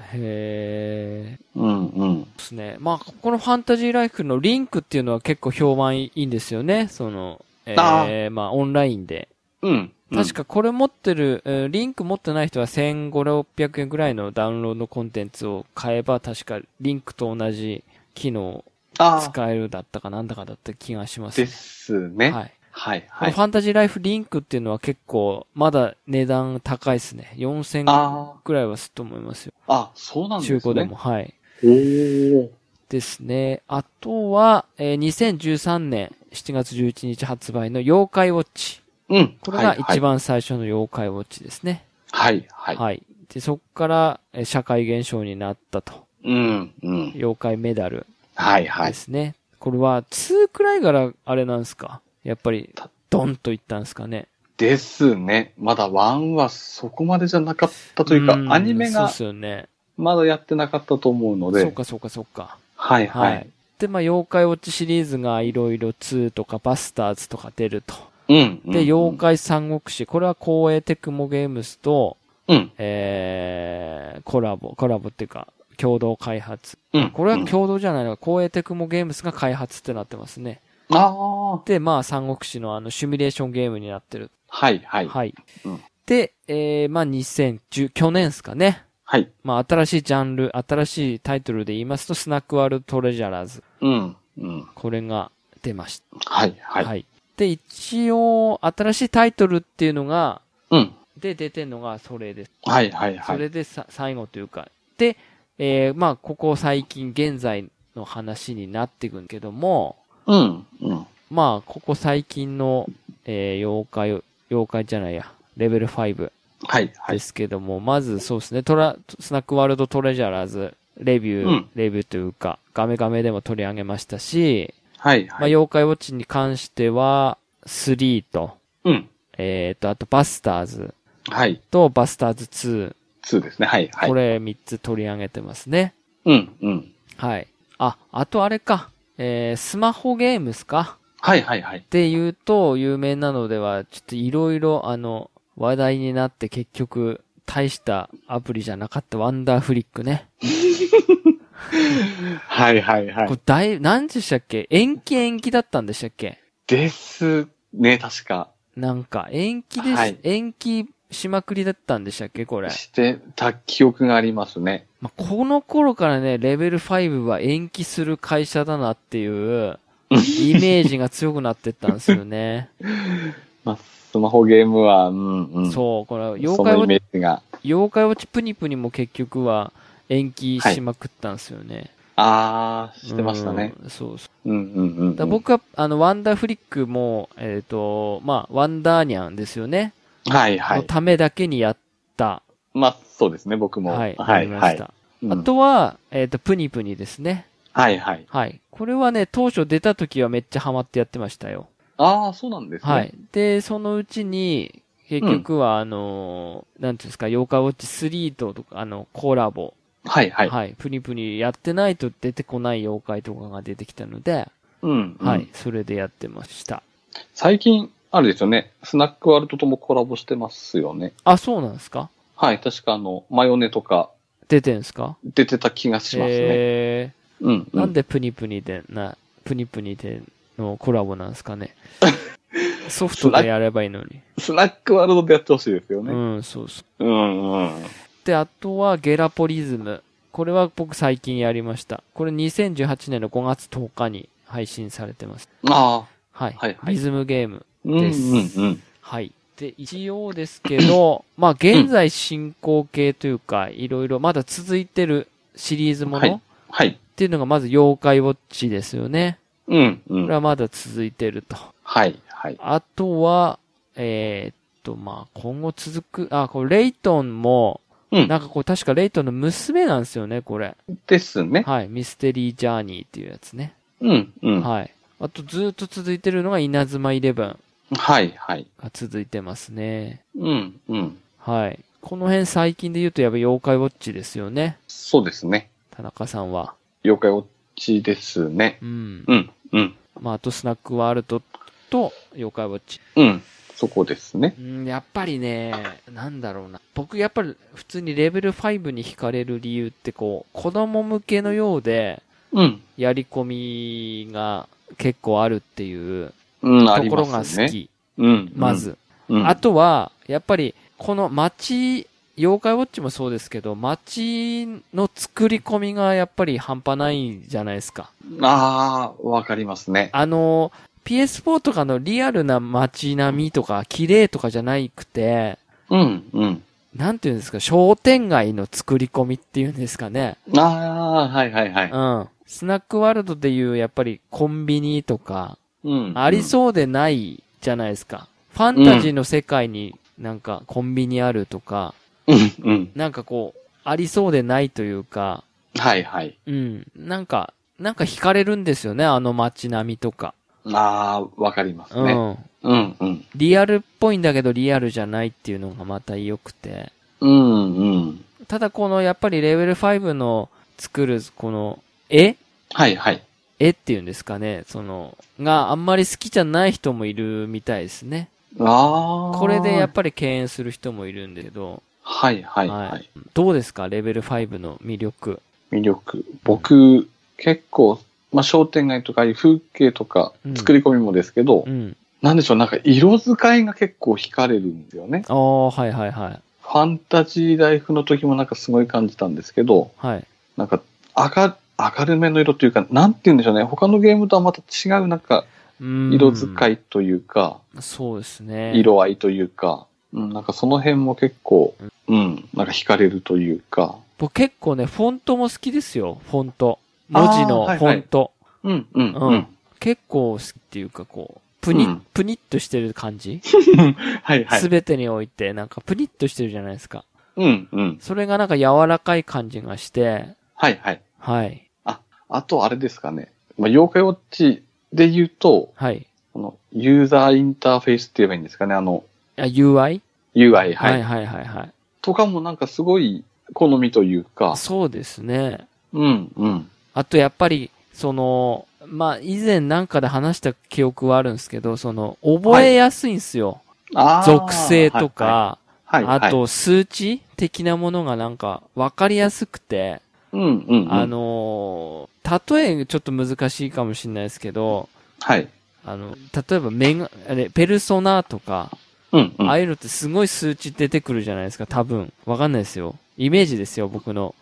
[SPEAKER 1] へー。
[SPEAKER 2] うんうん。
[SPEAKER 1] ですね。まあ、このファンタジーライフのリンクっていうのは結構評判いいんですよね。その、え
[SPEAKER 2] あ
[SPEAKER 1] ー、まあ、オンラインで。
[SPEAKER 2] うん。
[SPEAKER 1] 確
[SPEAKER 2] か
[SPEAKER 1] かこれ持ってる、えーリンク持ってない人は1500、600円ぐらいのダウンロードコンテンツを買えば、確かリンクと同じ機能
[SPEAKER 2] ああ、
[SPEAKER 1] 使えるだったかなんだかだった気がします。
[SPEAKER 2] ですね。
[SPEAKER 1] は。
[SPEAKER 2] はいい、
[SPEAKER 1] こ
[SPEAKER 2] は
[SPEAKER 1] の
[SPEAKER 2] い
[SPEAKER 1] フ。ァンタジーライフリンクっていうのは結構、まだ値段高いですね。4000
[SPEAKER 2] あ
[SPEAKER 1] ぐらいはすると思いますよ。
[SPEAKER 2] あ、あそうなんです
[SPEAKER 1] 中
[SPEAKER 2] ね。
[SPEAKER 1] 古でも、。はい。
[SPEAKER 2] おー。
[SPEAKER 1] ですね。あとは、えー2013年7月11日発売の妖怪ウォッチ。
[SPEAKER 2] うん。
[SPEAKER 1] これが
[SPEAKER 2] はい
[SPEAKER 1] 一番最初の妖怪ウォッチですね。
[SPEAKER 2] はい、はい。
[SPEAKER 1] はい。で、そこから、えー社会現象になったと。
[SPEAKER 2] うん、うん。
[SPEAKER 1] 妖怪メダル
[SPEAKER 2] はい、は
[SPEAKER 1] で
[SPEAKER 2] い。
[SPEAKER 1] すね。これは、2くらいから、あれなんですかやっぱり
[SPEAKER 2] た、
[SPEAKER 1] ドンといったんですかね。
[SPEAKER 2] ですね。まだ1はそこまでじゃなかったというか
[SPEAKER 1] ん、
[SPEAKER 2] アニメ
[SPEAKER 1] そう
[SPEAKER 2] が
[SPEAKER 1] ですよね。
[SPEAKER 2] まだやってなかったと思うの
[SPEAKER 1] そう
[SPEAKER 2] で、
[SPEAKER 1] かそうかそうか。
[SPEAKER 2] はい、
[SPEAKER 1] は。
[SPEAKER 2] はいい。
[SPEAKER 1] で、まあ、妖怪ウォッチシリーズがいろいろ2とかバスターズとか出ると。
[SPEAKER 2] うん。うん
[SPEAKER 1] で、妖。怪三国志。これは光栄テクモゲームスと、
[SPEAKER 2] うん。
[SPEAKER 1] えー、コラボ、コラボっていうか、共同開発。
[SPEAKER 2] うん。
[SPEAKER 1] これは
[SPEAKER 2] うん
[SPEAKER 1] 共同じゃないのか、光栄テクモゲームスが開発ってなってますね。
[SPEAKER 2] ああ、
[SPEAKER 1] で、まあ、三国志のあの、シミュレーションゲームになってる。
[SPEAKER 2] はい、はい。
[SPEAKER 1] はい。
[SPEAKER 2] うん
[SPEAKER 1] で、えー、まあ、2010、去年ですかね。
[SPEAKER 2] はい。
[SPEAKER 1] まあ、新しいジャンル、新しいタイトルで言いますと、スナックワールドトレジャラーズ。
[SPEAKER 2] うん。うん。
[SPEAKER 1] これが出ました。
[SPEAKER 2] はい、はい。
[SPEAKER 1] で、一応、新しいタイトルっていうのが、
[SPEAKER 2] うん。
[SPEAKER 1] で、出てんのがそれです。
[SPEAKER 2] はい、はい、は
[SPEAKER 1] そ
[SPEAKER 2] い。
[SPEAKER 1] れでさ、最後というか。で、えー、まあ、ここ最近、現在の話になっていくんけども、
[SPEAKER 2] うん。うん。
[SPEAKER 1] まあ、ここ最近の、えー、妖怪、妖怪じゃないや、レベル5
[SPEAKER 2] はい、は
[SPEAKER 1] で
[SPEAKER 2] い。
[SPEAKER 1] すけども、まずそうですね、トラ、スナックワールドトレジャラーズ、レビュー、
[SPEAKER 2] うん
[SPEAKER 1] レビューというか、ガメガメでも取り上げましたし、
[SPEAKER 2] はい、
[SPEAKER 1] まあ、
[SPEAKER 2] はい。
[SPEAKER 1] 妖怪ウォッチに関しては、3と、
[SPEAKER 2] うん。
[SPEAKER 1] えっ、と、あと、バスターズ
[SPEAKER 2] はい。
[SPEAKER 1] とバスターズ2、
[SPEAKER 2] そうですね。はい、はい。
[SPEAKER 1] これ3つ取り上げてますね。
[SPEAKER 2] うん、うん。
[SPEAKER 1] はい。あ、あとあれか、えー、スマホゲームっすか
[SPEAKER 2] はい、はい、はい
[SPEAKER 1] っ。て言うと、有名なのでは、ちょっといろいろ、あの、話題になって結局、大したアプリじゃなかったワンダーフリックね。
[SPEAKER 2] はい、はい、は
[SPEAKER 1] こ
[SPEAKER 2] い
[SPEAKER 1] れ。大、何でしたっけ延期延期だったんでしたっけ
[SPEAKER 2] ですね、確か。
[SPEAKER 1] なんか、延期です、
[SPEAKER 2] はい
[SPEAKER 1] 延期しまくりだったんでしたっけこれ。
[SPEAKER 2] してた記憶がありますね。
[SPEAKER 1] まあこの頃からね、レベル5は延期する会社だなって いう、イメージが強くなってったんですよね。
[SPEAKER 2] まあ、スマホゲームは、うん、 うん。
[SPEAKER 1] そう、これ、妖
[SPEAKER 2] そ
[SPEAKER 1] 怪ウ
[SPEAKER 2] の
[SPEAKER 1] ォ
[SPEAKER 2] イ
[SPEAKER 1] ッチ
[SPEAKER 2] メージが。
[SPEAKER 1] 妖怪ウォッチプニプニも結局は延期しまくったんですよね。
[SPEAKER 2] ああ、してましたね。
[SPEAKER 1] うん。そうそう。
[SPEAKER 2] うん、うん、うん。
[SPEAKER 1] だから僕は、あの、ワンダーフリックも、えっ、と、まあ、ワンダーニャンですよね。
[SPEAKER 2] はい、は
[SPEAKER 1] の
[SPEAKER 2] い。
[SPEAKER 1] ためだけにやった。
[SPEAKER 2] まあ、そうですね、僕も。
[SPEAKER 1] はい。
[SPEAKER 2] は
[SPEAKER 1] や
[SPEAKER 2] い、
[SPEAKER 1] りま
[SPEAKER 2] は
[SPEAKER 1] し
[SPEAKER 2] い。
[SPEAKER 1] た。
[SPEAKER 2] う
[SPEAKER 1] あ
[SPEAKER 2] ん
[SPEAKER 1] とは、えっ、と、プニプニですね。
[SPEAKER 2] はい、はい。
[SPEAKER 1] はい。これはね、当初出た時はめっちゃハマってやってましたよ。
[SPEAKER 2] ああ、そうなんですね。
[SPEAKER 1] はい。。で、そのうちに、結局は、あのーなんていうんですか、妖怪ウォッチ3ととか、あの、コラボ。
[SPEAKER 2] はい、はい。
[SPEAKER 1] はい。プニプニやってないと出てこない妖怪とかが出てきたので、
[SPEAKER 2] うん、うん
[SPEAKER 1] はい。。それでやってました。
[SPEAKER 2] 最近、あれですよね、スナックワールドともコラボしてますよね。
[SPEAKER 1] あ、そうなんですか
[SPEAKER 2] はい、確かあの、マヨネとか
[SPEAKER 1] 出てんですか
[SPEAKER 2] 出てた気がしますね。
[SPEAKER 1] え
[SPEAKER 2] うん、
[SPEAKER 1] ー、
[SPEAKER 2] う
[SPEAKER 1] なん
[SPEAKER 2] ん。
[SPEAKER 1] でプニプニで、な、プニプニでのコラボなんですか ね。ソフトでやればいいのに。
[SPEAKER 2] スナックワールドでやってほしいですよ
[SPEAKER 1] う
[SPEAKER 2] ね。
[SPEAKER 1] ん、そうそう。
[SPEAKER 2] うん、うん。
[SPEAKER 1] で、あとはゲラポリズム。これは僕最近やりました。これ2018年の5月10日に配信されてます。
[SPEAKER 2] ああ、
[SPEAKER 1] はい。
[SPEAKER 2] はいはい
[SPEAKER 1] リズムゲーム。
[SPEAKER 2] うん、うん、うん。
[SPEAKER 1] はい。で、一応ですけ ど、まあ、現在進行形というか、いろいろまだ続いてるシリーズも
[SPEAKER 2] は
[SPEAKER 1] のっ
[SPEAKER 2] いはい。
[SPEAKER 1] ていうのがまず妖怪ウォッチですよね。
[SPEAKER 2] うん、う
[SPEAKER 1] これ
[SPEAKER 2] ん。
[SPEAKER 1] はまだ続いてると。
[SPEAKER 2] はい、はい。
[SPEAKER 1] あとは、えーっと、まあ、今後続く、あ、これレイトンも、
[SPEAKER 2] うん
[SPEAKER 1] なんかこう、確かレイトンの娘なんですよね、これ。
[SPEAKER 2] ですね。
[SPEAKER 1] はい。ミステリージャーニーっていうやつね。
[SPEAKER 2] うん、うん。は
[SPEAKER 1] はい。あと、ずっと続いてるのが稲妻イレブン
[SPEAKER 2] い、はい。
[SPEAKER 1] が続いてますね。
[SPEAKER 2] うん、うん。
[SPEAKER 1] はい。この辺最近で言うとやっぱ妖怪ウォッチですよね。
[SPEAKER 2] そうですね。
[SPEAKER 1] 田中さんは。
[SPEAKER 2] 妖怪ウォッチですね。
[SPEAKER 1] うん。
[SPEAKER 2] うん、うん、
[SPEAKER 1] まあ、あとスナックワールドと妖怪ウォッチ。
[SPEAKER 2] うん。そこですね。
[SPEAKER 1] うん、やっぱりね、なんだろうな。僕やっぱり普通にレベル5に惹かれる理由ってこう、子供向けのようで、
[SPEAKER 2] うん。
[SPEAKER 1] やり込みが結構あるっていう
[SPEAKER 2] うん、あ
[SPEAKER 1] と
[SPEAKER 2] り
[SPEAKER 1] こ
[SPEAKER 2] ま
[SPEAKER 1] ろ
[SPEAKER 2] す
[SPEAKER 1] が
[SPEAKER 2] ね。
[SPEAKER 1] 好き。
[SPEAKER 2] うん。
[SPEAKER 1] まず。
[SPEAKER 2] うん、うん
[SPEAKER 1] あとは、やっぱり、この街、妖怪ウォッチもそうですけど、街の作り込みがやっぱり半端ないじゃないですか。
[SPEAKER 2] ああ、わかりますね。
[SPEAKER 1] あの、PS4 とかのリアルな街並みとか、綺麗とかじゃなくて、
[SPEAKER 2] うん、うん。
[SPEAKER 1] なんていうんですか、商店街の作り込みっていうんですかね。。
[SPEAKER 2] ああ、はいはいはいう
[SPEAKER 1] ん。スナックワールドでいう、やっぱりコンビニとか、
[SPEAKER 2] うん。
[SPEAKER 1] ありそうでないじゃないですか。ファンタジーの世界になんかコンビニあるとか、
[SPEAKER 2] うん。うん、
[SPEAKER 1] なんかこう、ありそうでないというか、
[SPEAKER 2] うん。はいはい。
[SPEAKER 1] うん。なんか、なんか惹かれるんですよね、あの街並みとか。
[SPEAKER 2] ああ、わかります
[SPEAKER 1] う
[SPEAKER 2] ね。
[SPEAKER 1] ん。
[SPEAKER 2] うん、うん。
[SPEAKER 1] リアルっぽいんだけどリアルじゃないっていうのがまた良くて。
[SPEAKER 2] うん、うん。
[SPEAKER 1] ただこのやっぱりレベル5の作るこの絵
[SPEAKER 2] はいはい。
[SPEAKER 1] 絵っていうんですかね、その、があんまり好きじゃない人もいるみたいですね。
[SPEAKER 2] ああ。
[SPEAKER 1] これでやっぱり敬遠する人もいるんだけど、
[SPEAKER 2] はいはい
[SPEAKER 1] は
[SPEAKER 2] はいい。
[SPEAKER 1] どうですかレベル5の魅力。
[SPEAKER 2] 魅力。僕、結構、まあ、商店街とかああいう風景とか
[SPEAKER 1] うん
[SPEAKER 2] 作り込みもですけど、
[SPEAKER 1] うん。
[SPEAKER 2] なんでしょう、なんか色使いが結構惹かれるんですよね。
[SPEAKER 1] ああ、はいはいはい。
[SPEAKER 2] ファンタジーライフの時もなんかすごい感じたんですけど、
[SPEAKER 1] はい。
[SPEAKER 2] なんか明る、明るめの色というか、なんて言うんでしょうね。他のゲームとはまた違うなんか
[SPEAKER 1] うん
[SPEAKER 2] 色使。いというか、
[SPEAKER 1] そうですね。。
[SPEAKER 2] 色合いというか、うん、なんかその辺も結構、うん、なんか惹かれるというか、
[SPEAKER 1] 僕結構ね、フォントも好きですよ。フォント。文字の
[SPEAKER 2] あーはい
[SPEAKER 1] フ
[SPEAKER 2] はい
[SPEAKER 1] ォント。
[SPEAKER 2] うん、うん、
[SPEAKER 1] う
[SPEAKER 2] うんん。
[SPEAKER 1] 結構好きっていうかこう、プニッ、
[SPEAKER 2] うん
[SPEAKER 1] プニッとしてる感じ
[SPEAKER 2] はいは
[SPEAKER 1] す
[SPEAKER 2] い。
[SPEAKER 1] べ、てにおいて、なんかプニッとしてるじゃないですか。
[SPEAKER 2] うん、うん。
[SPEAKER 1] それがなんか柔らかい感じがして、
[SPEAKER 2] はいはい。
[SPEAKER 1] はい。
[SPEAKER 2] あとあれですかね。まあ、妖怪ウォッチで言うと、
[SPEAKER 1] はい。
[SPEAKER 2] このユーザーインターフェースって言えばいいんですかね。あの、
[SPEAKER 1] あ、UI?
[SPEAKER 2] UI、は。
[SPEAKER 1] はいいはいはいはい。
[SPEAKER 2] とかもなんかすごい好みというか、
[SPEAKER 1] そうですね。
[SPEAKER 2] うん、うん。
[SPEAKER 1] あとやっぱり、その、まあ、以前なんかで話した記憶はあるんですけど、その、覚えやすいんですよ。
[SPEAKER 2] あー
[SPEAKER 1] 属性とか、、
[SPEAKER 2] はいはい、はいはい
[SPEAKER 1] あ、と数値的なものがなんか分かりやすくて、
[SPEAKER 2] うん、うん、うん。
[SPEAKER 1] あ、のー、例えちょっと難しいかもしれないですけど、
[SPEAKER 2] はい。
[SPEAKER 1] あの、例えばメガ、あれ、ペルソナとか、
[SPEAKER 2] うん、うん。
[SPEAKER 1] ああいうのってすごい数値出てくるじゃないですか、多分。わかんないですよ。イメージですよ、僕 の。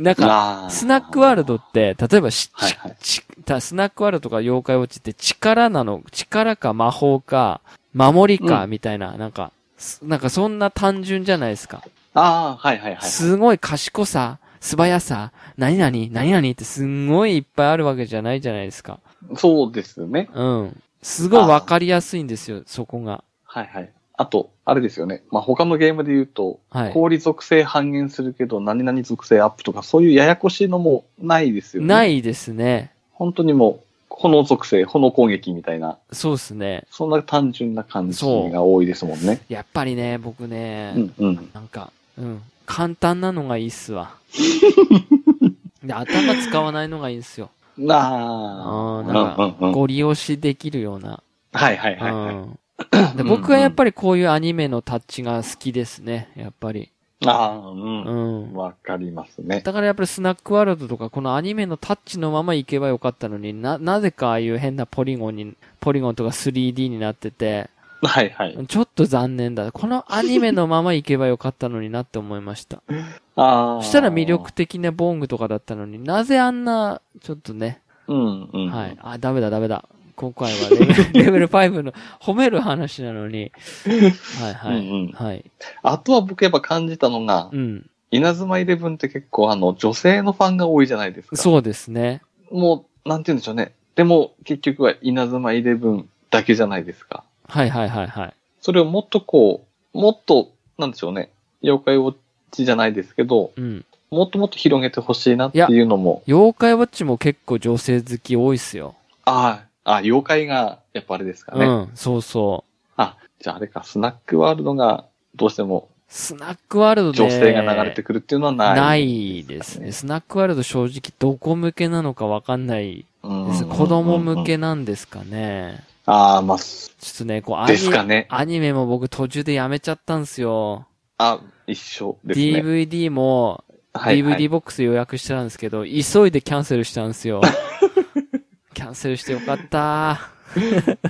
[SPEAKER 1] なんか、
[SPEAKER 2] あー
[SPEAKER 1] スナックワールドって、例えばし、
[SPEAKER 2] はいはい
[SPEAKER 1] ちたスナックワールドとか妖怪ウォッチって力なの、力か魔法か、守りか、
[SPEAKER 2] う
[SPEAKER 1] みたいな、なんか、すなんかそんな単純じゃないですか。
[SPEAKER 2] ああ、はいはいはい。
[SPEAKER 1] すごい賢さ、素早さ、何々、何々ってすんごいいっぱいあるわけじゃないじゃないですか。
[SPEAKER 2] そうですね。
[SPEAKER 1] うん。すごいわかりやすいんですよ、そこが。
[SPEAKER 2] はいはい。あと、あれですよね。まあ、他のゲームで言うと、
[SPEAKER 1] はい。
[SPEAKER 2] 氷属性半減するけど、何々属性アップとか、そういうややこしいのもないですよね。。
[SPEAKER 1] ないいですね。
[SPEAKER 2] 本当にもう、炎属性、炎攻撃みたいな、
[SPEAKER 1] そうですね。
[SPEAKER 2] そんな単純な感じ
[SPEAKER 1] そう
[SPEAKER 2] が多いですもんね。
[SPEAKER 1] やっぱりね、僕ね、
[SPEAKER 2] うんうん。
[SPEAKER 1] なんか、うん、簡単なのがいいっす わ。で頭使わないのがいいんすよ。
[SPEAKER 2] なあ。
[SPEAKER 1] あーなんか
[SPEAKER 2] うんうんうん。
[SPEAKER 1] ご利用しできるような。
[SPEAKER 2] はいはいはいはい。
[SPEAKER 1] うん、で僕はやっぱりこういうアニメのタッチが好きですね、やっぱり。
[SPEAKER 2] ああ、
[SPEAKER 1] う
[SPEAKER 2] うんん。。わかりますね。
[SPEAKER 1] だからやっぱりスナックワールドとか、このアニメのタッチのまま行けばよかったのに、な、なぜかああいう変なポリゴンに、ポリゴンとか 3D になってて、
[SPEAKER 2] はいはい。
[SPEAKER 1] ちょっと残念だ。このアニメのまま行けばよかったのになって思いました。
[SPEAKER 2] ああ。
[SPEAKER 1] そしたら魅力。的なボングとかだったのになぜあんな、ちょっとね、
[SPEAKER 2] うんうん。
[SPEAKER 1] はい。。あ、ダメだダメだ。今回はレベ ルレベル5の褒める話なのに。はいはい。
[SPEAKER 2] うんうん
[SPEAKER 1] はい。
[SPEAKER 2] あとは僕やっぱ感じたのが
[SPEAKER 1] う、ん。
[SPEAKER 2] 稲妻イレブンって結構あの女性のファンが多いじゃないですか。
[SPEAKER 1] そうですね。
[SPEAKER 2] もう、なんて言うんでしょうね。でも結局は稲妻イレブンだけじゃないですか。
[SPEAKER 1] はいはいはいはい。
[SPEAKER 2] それをもっとこう、もっと、なんでしょうね。妖怪ウォッチじゃないですけど、
[SPEAKER 1] うん。
[SPEAKER 2] もっともっと広げてほしいなっていうのも、
[SPEAKER 1] 妖怪ウォッチも結構女性好き多いっすよ。
[SPEAKER 2] ああ、あ妖怪がやっぱあれですか
[SPEAKER 1] う
[SPEAKER 2] ね。
[SPEAKER 1] ん。そうそう。
[SPEAKER 2] あ、じゃああれか、スナックワールドがどうしても
[SPEAKER 1] スナックワールドで。
[SPEAKER 2] 女性が流れてくるっていうのはない。
[SPEAKER 1] ないですね。スナックワールド正直どこ向けなのかわかんない
[SPEAKER 2] うん
[SPEAKER 1] です子供向。けなんですかね。
[SPEAKER 2] ああ、まあ、
[SPEAKER 1] ちょっとね、こうア
[SPEAKER 2] で
[SPEAKER 1] ニ
[SPEAKER 2] すか
[SPEAKER 1] メ、
[SPEAKER 2] ね。
[SPEAKER 1] アニメも僕途中でやめちゃったんですよ。
[SPEAKER 2] あ、一緒ですね。
[SPEAKER 1] DVD も、
[SPEAKER 2] はいはい
[SPEAKER 1] DVD ボックス予約してたんですけど、急いでキャンセルしたんですよ。 キャンセルしてよかった、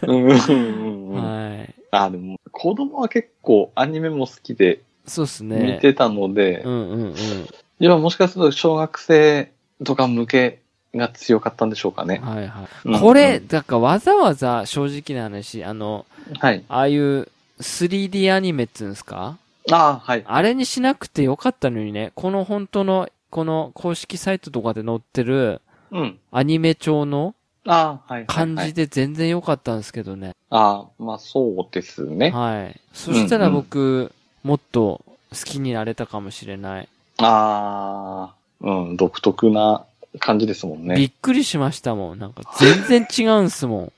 [SPEAKER 2] うんうんうんうん
[SPEAKER 1] はい。
[SPEAKER 2] あ、でも、子供は結構アニメも好きで
[SPEAKER 1] そうっすね。
[SPEAKER 2] 見てたので、
[SPEAKER 1] うんうんうん。
[SPEAKER 2] 今もしかすると小学生とか向けが強かったんでしょうかね。
[SPEAKER 1] はいは
[SPEAKER 2] うん
[SPEAKER 1] い。これ、、だからわざわざ正直な話、あの、
[SPEAKER 2] うんはい。
[SPEAKER 1] ああいう 3D アニメっつうんですか
[SPEAKER 2] ああ、はい。
[SPEAKER 1] あれにしなくてよかったのにね、この本当の、この公式サイトとかで載ってる
[SPEAKER 2] うん。
[SPEAKER 1] アニメ調の
[SPEAKER 2] ああ、はい。はい
[SPEAKER 1] 感
[SPEAKER 2] は
[SPEAKER 1] じ
[SPEAKER 2] い
[SPEAKER 1] で全然良かったんですけどね。
[SPEAKER 2] ああ、まあそうですね。
[SPEAKER 1] はい。そしたら僕、もっと好きになれたかもしれない。
[SPEAKER 2] ああ、うん、独特な感じですもん
[SPEAKER 1] び
[SPEAKER 2] ね。
[SPEAKER 1] っくりしましたもん。なんか全然違うんすも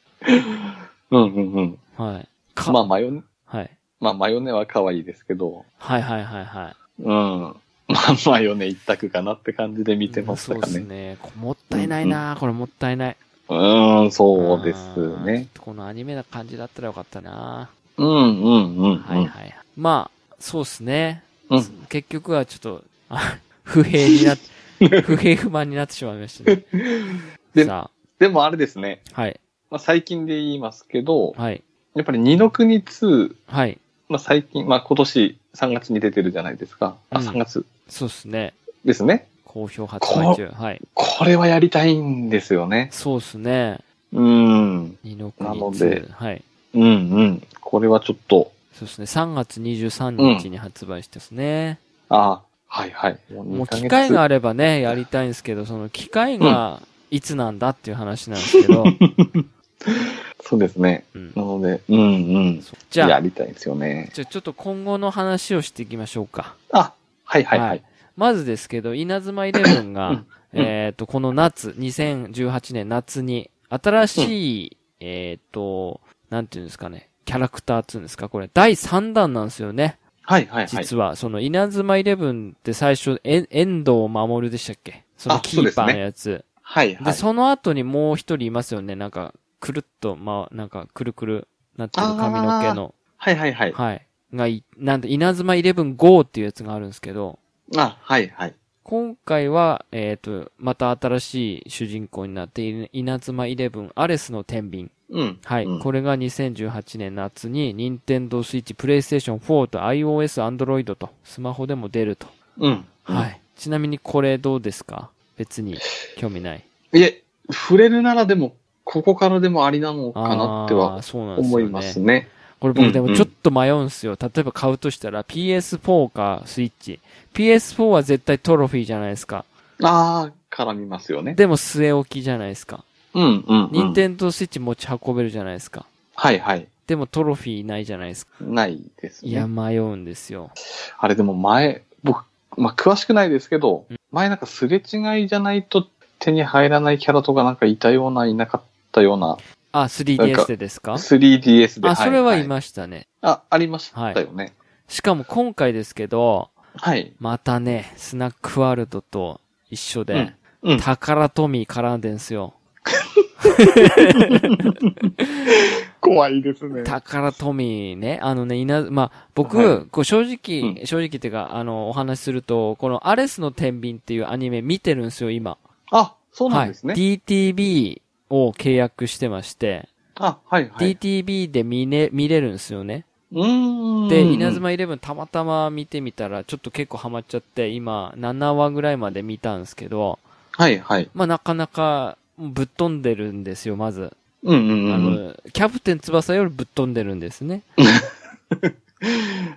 [SPEAKER 2] うんうんうん。
[SPEAKER 1] ん。はい。か、
[SPEAKER 2] まあマヨネ、
[SPEAKER 1] はい。
[SPEAKER 2] まあマヨネは可愛いですけど、
[SPEAKER 1] はいはいはいはい。
[SPEAKER 2] うん。 まあマヨネ一択かなって感じで見てましたか
[SPEAKER 1] うんそう
[SPEAKER 2] ね
[SPEAKER 1] です。ね。こもったいないな、これもったいない。
[SPEAKER 2] うん、そうです
[SPEAKER 1] あーちょ
[SPEAKER 2] ね
[SPEAKER 1] っ。とこのアニメな感じだったらよかったな。
[SPEAKER 2] うんうんうんうん。
[SPEAKER 1] はいはい。まあ、そうですね。
[SPEAKER 2] うん
[SPEAKER 1] 結局はちょっと、あ不平になっ、 不平不満になってしまいましたね。
[SPEAKER 2] で
[SPEAKER 1] さ
[SPEAKER 2] でもあれですね、
[SPEAKER 1] あ、はい、
[SPEAKER 2] まあ、最近で言いますけど、
[SPEAKER 1] はい、
[SPEAKER 2] やっぱり二の国2、
[SPEAKER 1] はい。
[SPEAKER 2] まあ、最近、まあ、今年3月に出てるじゃないですか。あ、
[SPEAKER 1] うん
[SPEAKER 2] 3月
[SPEAKER 1] そうですね。
[SPEAKER 2] ですね。
[SPEAKER 1] 好評発売中。はい。
[SPEAKER 2] これはやりたいんですよね。
[SPEAKER 1] そうですね。
[SPEAKER 2] うん。うん
[SPEAKER 1] 二の国
[SPEAKER 2] なので
[SPEAKER 1] 2。はい。
[SPEAKER 2] うん。これはちょっと、
[SPEAKER 1] そうですね。3月23日に発売してですね。
[SPEAKER 2] あはいはい。も
[SPEAKER 1] もう機会が
[SPEAKER 2] あ
[SPEAKER 1] あればね、やりたいんですけど、その機会がいつなんだっていう話なんですけ ど。
[SPEAKER 2] そうですね。
[SPEAKER 1] うん
[SPEAKER 2] なので、うんうん。
[SPEAKER 1] そうじゃ
[SPEAKER 2] や
[SPEAKER 1] あ、
[SPEAKER 2] りたいんですよね。
[SPEAKER 1] じゃあちょっと今後の話をしていきましょうか。
[SPEAKER 2] あ、はいはいはい。
[SPEAKER 1] まずですけど、稲妻イレブン
[SPEAKER 2] うん
[SPEAKER 1] が
[SPEAKER 2] うん、
[SPEAKER 1] えっと、この夏、2018年夏に、新しい、えっと、なんていうんですかね、キャラクターっつうんですか、これ、第3弾なんですよね。
[SPEAKER 2] はいはいはい。
[SPEAKER 1] 実は、その、稲妻イレブンって最初、え遠藤守でしたっけその
[SPEAKER 2] あ
[SPEAKER 1] キーパーのやつ。
[SPEAKER 2] はい
[SPEAKER 1] で
[SPEAKER 2] はい。
[SPEAKER 1] その後にもう一人いますよね、なんか、くるっと、まあ、なんか、くるくる、なってる髪の毛の。
[SPEAKER 2] はいはいはい。
[SPEAKER 1] はい。がい、なんで、稲妻イレブン GO っていうやつがあるんですけど、
[SPEAKER 2] あ、はいはい。
[SPEAKER 1] 今回は、えっ、と、また新しい主人公になっている稲妻イレブンアレスの天秤。
[SPEAKER 2] うん。
[SPEAKER 1] はい。
[SPEAKER 2] うん
[SPEAKER 1] これが2018年夏に、任天堂スイッチ、プレイステーション4と iOS、Android と、スマホでも出ると。
[SPEAKER 2] うん。
[SPEAKER 1] はい。ちなみにこれどうですか別に興味ない。
[SPEAKER 2] いえ、触れるならでも、ここからでもありなのかなって
[SPEAKER 1] あ
[SPEAKER 2] は
[SPEAKER 1] ーそうなんですよ
[SPEAKER 2] 思
[SPEAKER 1] ね。
[SPEAKER 2] いますね。
[SPEAKER 1] これ
[SPEAKER 2] う
[SPEAKER 1] 僕
[SPEAKER 2] ん
[SPEAKER 1] でもちょっと迷うんすよ。例えば買うとしたら PS4 かスイッチ。PS4 は絶対トロフィーじゃないですか。
[SPEAKER 2] ああ、絡みますよね。
[SPEAKER 1] でも据え置きじゃないですか。
[SPEAKER 2] うんうん、うん。
[SPEAKER 1] 任天堂スイッチ持ち運べるじゃないですか。
[SPEAKER 2] はいはい。
[SPEAKER 1] でもトロフィーないじゃないですか。
[SPEAKER 2] ないです
[SPEAKER 1] いや、
[SPEAKER 2] ね。
[SPEAKER 1] 迷うんですよ。
[SPEAKER 2] あれでも前、僕、まあ、詳しくないですけど、
[SPEAKER 1] う
[SPEAKER 2] 前なんかすれ違いじゃないと手に入らないキャラとかなんかいたような、いなかったような、
[SPEAKER 1] あ、
[SPEAKER 2] なんか
[SPEAKER 1] 3DS でですか
[SPEAKER 2] 3DS で。
[SPEAKER 1] あ、それはい
[SPEAKER 2] い。
[SPEAKER 1] ましたね。
[SPEAKER 2] あ、ありましたよね。
[SPEAKER 1] しかも今回ですけど、
[SPEAKER 2] はい。
[SPEAKER 1] またね、スナックワールドと一緒で、
[SPEAKER 2] うんうん
[SPEAKER 1] タカラトミー絡んでんすよ。
[SPEAKER 2] 怖いですね。
[SPEAKER 1] タカラトミーね、あのね、いな、まあ、僕、
[SPEAKER 2] は
[SPEAKER 1] こう正
[SPEAKER 2] う
[SPEAKER 1] 直、正直っていうか、あの、お話しすると、このアレスの天秤っていうアニメ見てるんですよ、今。
[SPEAKER 2] あ、そうなんですね。
[SPEAKER 1] はい。DTV を契約してまして、
[SPEAKER 2] あ、はいはい。
[SPEAKER 1] DTV で見ね、見れるんですよね。
[SPEAKER 2] うーん。
[SPEAKER 1] で、稲妻イレブンたまたま見てみたら、ちょっと結構ハマっちゃって、今、7話ぐらいまで見たんですけど、
[SPEAKER 2] はいはい。
[SPEAKER 1] まあ、なかなか、ぶっ飛んでるんですよ、まず。
[SPEAKER 2] うんう
[SPEAKER 1] あ
[SPEAKER 2] んうん。
[SPEAKER 1] の、キャプテン翼よりぶっ飛んでるんですね。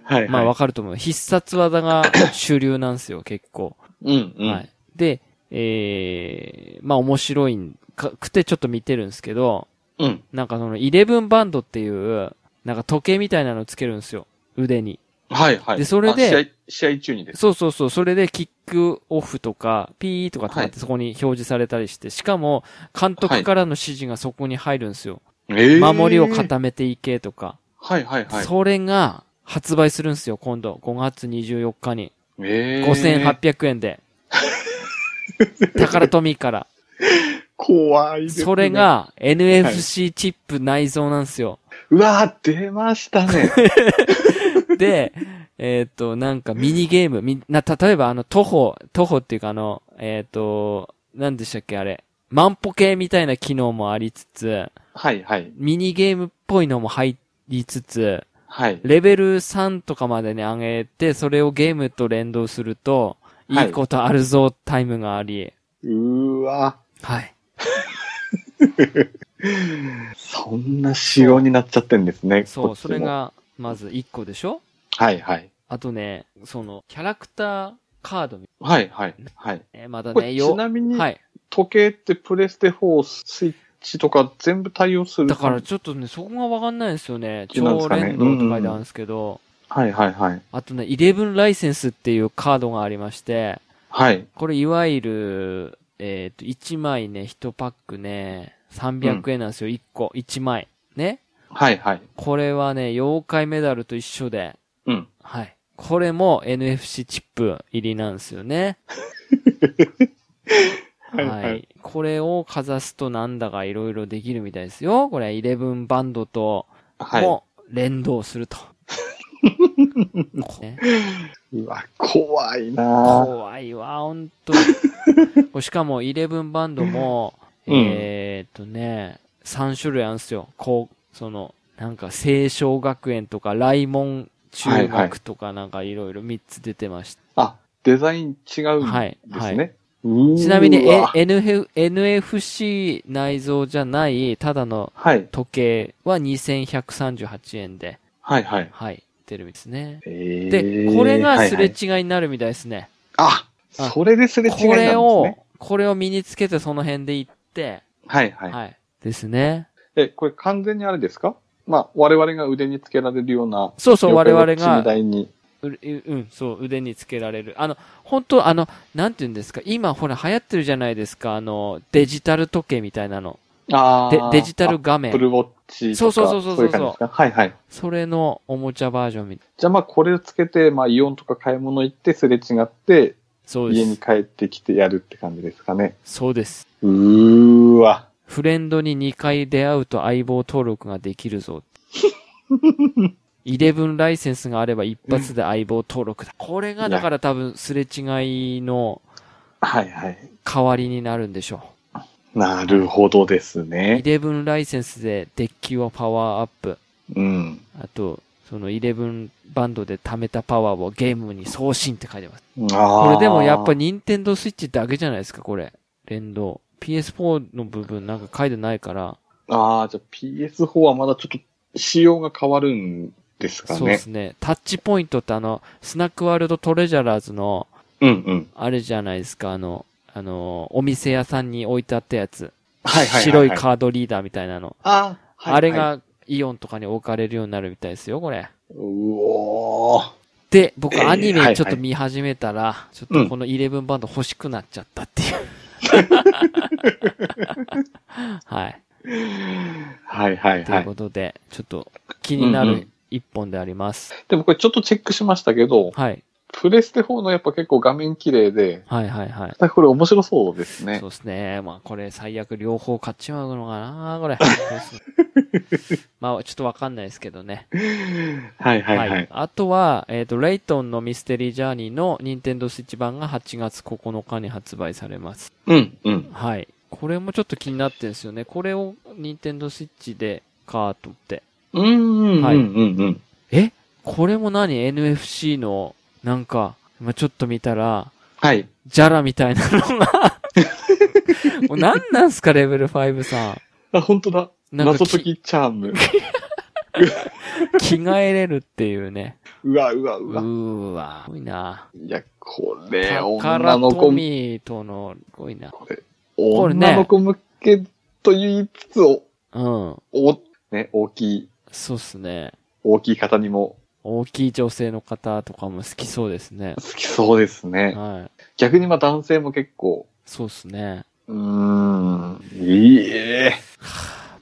[SPEAKER 2] はい、はい。
[SPEAKER 1] まあわかると思う。必殺技が主流なんです よ、結構。
[SPEAKER 2] うん、うん。
[SPEAKER 1] はい。で、えー、まあ面白いんかくてちょっと見てるんですけど、
[SPEAKER 2] うん。
[SPEAKER 1] なんかその、イレブンバンドっていう、なんか時計みたいなのつけるんですよ。腕に。
[SPEAKER 2] はい、はい。
[SPEAKER 1] でそれで
[SPEAKER 2] あ試合、試合中にです。
[SPEAKER 1] そうそうそう、それでキックオフとか、ピーとかとかっ
[SPEAKER 2] は
[SPEAKER 1] てそこに表示されたりして、しかも、監督からの指示がそこに入るんですよ。
[SPEAKER 2] え
[SPEAKER 1] 守りを固めていけとか。
[SPEAKER 2] はい、はい、はい。
[SPEAKER 1] それが、発売するんですよ、今度。5月24日に。
[SPEAKER 2] えー、
[SPEAKER 1] 5800円で。タカラトミーから。
[SPEAKER 2] 怖いですね。
[SPEAKER 1] それ。が NFC チップ内蔵なんですよ。
[SPEAKER 2] うわー、出ました ね。
[SPEAKER 1] で、えっ、と、なんかミニゲーム、みな、例えばあの、徒歩、徒歩っていうかあの、えっ、と、なんでしたっけあれ、万歩計みたいな機能もありつつ、
[SPEAKER 2] はいはい。
[SPEAKER 1] ミニゲームっぽいのも入りつつ、
[SPEAKER 2] はい。
[SPEAKER 1] レベル3とかまでね、上げて、それをゲームと連動すると、
[SPEAKER 2] はい
[SPEAKER 1] いいことあるぞ、タイムがあり。
[SPEAKER 2] うーわ
[SPEAKER 1] はい。
[SPEAKER 2] ー。そんな仕様になっちゃってんですね。
[SPEAKER 1] そ
[SPEAKER 2] こっ
[SPEAKER 1] う、
[SPEAKER 2] ち
[SPEAKER 1] そ
[SPEAKER 2] も
[SPEAKER 1] れ。が、まず1個でしょ
[SPEAKER 2] はいはい。
[SPEAKER 1] あとね、その、キャラクターカードみ
[SPEAKER 2] はいはい。はい。
[SPEAKER 1] えーまだ
[SPEAKER 2] こ
[SPEAKER 1] ね、
[SPEAKER 2] れち
[SPEAKER 1] よ、
[SPEAKER 2] なみに、
[SPEAKER 1] はい。
[SPEAKER 2] 時計ってプレステ4、スイッチとか全部対応する。
[SPEAKER 1] だから、ちょっとね、そこがわかんないんですよね。
[SPEAKER 2] なんで
[SPEAKER 1] 超
[SPEAKER 2] すかね
[SPEAKER 1] 連動って書いてあるんですけど、
[SPEAKER 2] はいはいはい。
[SPEAKER 1] あとね、11ライセンスっていうカードがありまして、
[SPEAKER 2] はい。
[SPEAKER 1] これいわゆる、えっ、と、1枚ね、1パックね、300円なんですよ、1個、1枚。ね。
[SPEAKER 2] はいはい。
[SPEAKER 1] これはね、妖怪メダルと一緒で、
[SPEAKER 2] うん。
[SPEAKER 1] はい。これも NFC チップ入りなんですよね。
[SPEAKER 2] はいはい
[SPEAKER 1] これをかざすとなんだかいろいろできるみたいですよ。これ、11バンドと、
[SPEAKER 2] は
[SPEAKER 1] も連動する と。ね
[SPEAKER 2] い。うわ、怖いなぁ。
[SPEAKER 1] 怖いわ、ほんと。こ れしかも、11バンドも、
[SPEAKER 2] うん
[SPEAKER 1] えーっとね、3種類あるんですよ。こう、その、なんか、清少学園とか、雷門中
[SPEAKER 2] はいは
[SPEAKER 1] 学とか、なんかいろいろ3つ出てました。
[SPEAKER 2] あ、デザイン違うんですね。
[SPEAKER 1] はいはい
[SPEAKER 2] い
[SPEAKER 1] ちなみに、
[SPEAKER 2] は
[SPEAKER 1] N- NFC 内蔵じゃない、ただの
[SPEAKER 2] い。
[SPEAKER 1] 時計は2138円で、
[SPEAKER 2] はいはい。
[SPEAKER 1] はい、出るんですね。
[SPEAKER 2] えー
[SPEAKER 1] で、これがすれ
[SPEAKER 2] はいはい
[SPEAKER 1] 違いになるみたいですね。
[SPEAKER 2] あ、
[SPEAKER 1] あ
[SPEAKER 2] それですれ違い
[SPEAKER 1] こ
[SPEAKER 2] なんです
[SPEAKER 1] れを
[SPEAKER 2] ね。、
[SPEAKER 1] これを身につけてその辺で行って、
[SPEAKER 2] はいは
[SPEAKER 1] はいい。。ですね。
[SPEAKER 2] え、これ完全にあれですかまあ、我々が腕につけられるような。
[SPEAKER 1] そうそう、我々
[SPEAKER 2] 時
[SPEAKER 1] が、
[SPEAKER 2] 代に。
[SPEAKER 1] うううん、そう、腕につけられる。あの、本当あの、なんて言うんですか、今ほら流行ってるじゃないですか、あの、デジタル時計みたいなの。
[SPEAKER 2] あ
[SPEAKER 1] で
[SPEAKER 2] ー
[SPEAKER 1] デジタル画
[SPEAKER 2] アップル
[SPEAKER 1] 面。
[SPEAKER 2] ウォッチと
[SPEAKER 1] そう
[SPEAKER 2] か。
[SPEAKER 1] そうそうそう
[SPEAKER 2] そういう感じですかはいはい。
[SPEAKER 1] それのおもちゃバージョンみたいな。
[SPEAKER 2] じゃあまあ、これをつけて、まあ、イオンとか買い物行ってすれ違って、
[SPEAKER 1] そう
[SPEAKER 2] 家
[SPEAKER 1] で
[SPEAKER 2] に
[SPEAKER 1] す。
[SPEAKER 2] 帰ってきてやるって感じですかね。
[SPEAKER 1] そうです。
[SPEAKER 2] うーわ。
[SPEAKER 1] フレンドに2回出会うと相棒登録ができる ぞ。11ライセンスがあれば一発で相棒登録だ。これがだから多分すれ違いの
[SPEAKER 2] はいはい。
[SPEAKER 1] 代わりになるんでしょ
[SPEAKER 2] なるほどです
[SPEAKER 1] う。
[SPEAKER 2] ね。
[SPEAKER 1] 11ライセンスでデッキをパワーアップ。
[SPEAKER 2] うん。
[SPEAKER 1] あと、その11バンドで貯めたパワーをゲームに送信って書いてます。
[SPEAKER 2] あ
[SPEAKER 1] これでもやっぱ
[SPEAKER 2] り。
[SPEAKER 1] 任天堂スイッチだけじゃないですか、これ。連動。PS4 の部分なんか書いてないから。
[SPEAKER 2] ああ、じゃあ PS4 はまだちょっと仕様が変わるんですか
[SPEAKER 1] そうで
[SPEAKER 2] ね。
[SPEAKER 1] すね。タッチポイントってあの、スナックワールドトレジャラーズの、
[SPEAKER 2] うんうん。
[SPEAKER 1] あれじゃないですか、あの、あの、お店屋さんに置いてあったやつ。
[SPEAKER 2] はいはいはい、はい。
[SPEAKER 1] 白い。カードリーダーみたいなの。
[SPEAKER 2] ああ、はい、
[SPEAKER 1] あれ
[SPEAKER 2] はい。
[SPEAKER 1] がイオンとかに置かれるようになるみたいですよ、これ。
[SPEAKER 2] うおー。
[SPEAKER 1] で、
[SPEAKER 2] え
[SPEAKER 1] 僕
[SPEAKER 2] ー
[SPEAKER 1] アニ
[SPEAKER 2] はいは
[SPEAKER 1] メ
[SPEAKER 2] い
[SPEAKER 1] ちょっと見始めたら、ちょっとこの11バンド欲しくなっちゃったって いう。はい。
[SPEAKER 2] はいはい
[SPEAKER 1] とい
[SPEAKER 2] は
[SPEAKER 1] う
[SPEAKER 2] い
[SPEAKER 1] こ。とで、ちょっと気にな
[SPEAKER 2] うんう
[SPEAKER 1] る
[SPEAKER 2] ん
[SPEAKER 1] 一本であります。
[SPEAKER 2] でもこれちょっとチェックしましたけど、
[SPEAKER 1] はい。
[SPEAKER 2] プレステ4のやっぱ結構画面綺麗で、
[SPEAKER 1] はいはいはい。
[SPEAKER 2] これ面白そうですね
[SPEAKER 1] そう。ですね。まあこれ最悪両方買っちまうのかな これ。まあちょっとわかんないですけどね。
[SPEAKER 2] はいはいはい。
[SPEAKER 1] あとは、えっ、と、レイトンのミステリージャーニーの任天堂スイッチ版が8月9日に発売されます。
[SPEAKER 2] うんうん。
[SPEAKER 1] はい。これもちょっと気になってるんですよね。これを Nintendo Switch でかと思って。
[SPEAKER 2] うんうんうん
[SPEAKER 1] はい
[SPEAKER 2] うん
[SPEAKER 1] えこれも何 ?NFC の、なんか、今ちょっと見たら、
[SPEAKER 2] はい。
[SPEAKER 1] ジャラみたいなの が。もう何なんすか、レベル5さ
[SPEAKER 2] あ、本当だ。
[SPEAKER 1] ん。なんか
[SPEAKER 2] 謎
[SPEAKER 1] き
[SPEAKER 2] 解きチャーム。
[SPEAKER 1] 着替えれるっていうね。
[SPEAKER 2] うわうわ
[SPEAKER 1] う
[SPEAKER 2] うわ。
[SPEAKER 1] ーわ。すごいな。
[SPEAKER 2] いや、これ、女
[SPEAKER 1] 宝
[SPEAKER 2] の子
[SPEAKER 1] ト
[SPEAKER 2] 向
[SPEAKER 1] ミーとの、すごいな。これね
[SPEAKER 2] 女の子向けと言いつつ、お、
[SPEAKER 1] うん。
[SPEAKER 2] お、ね、大きい、
[SPEAKER 1] そうっすね。
[SPEAKER 2] 大きい方にも
[SPEAKER 1] 大きい女性の方とかも好きそうですね。
[SPEAKER 2] 好きそうですね。
[SPEAKER 1] はい。
[SPEAKER 2] 逆にまあ男性も結構、
[SPEAKER 1] そうっすね。
[SPEAKER 2] うーん、いいえ。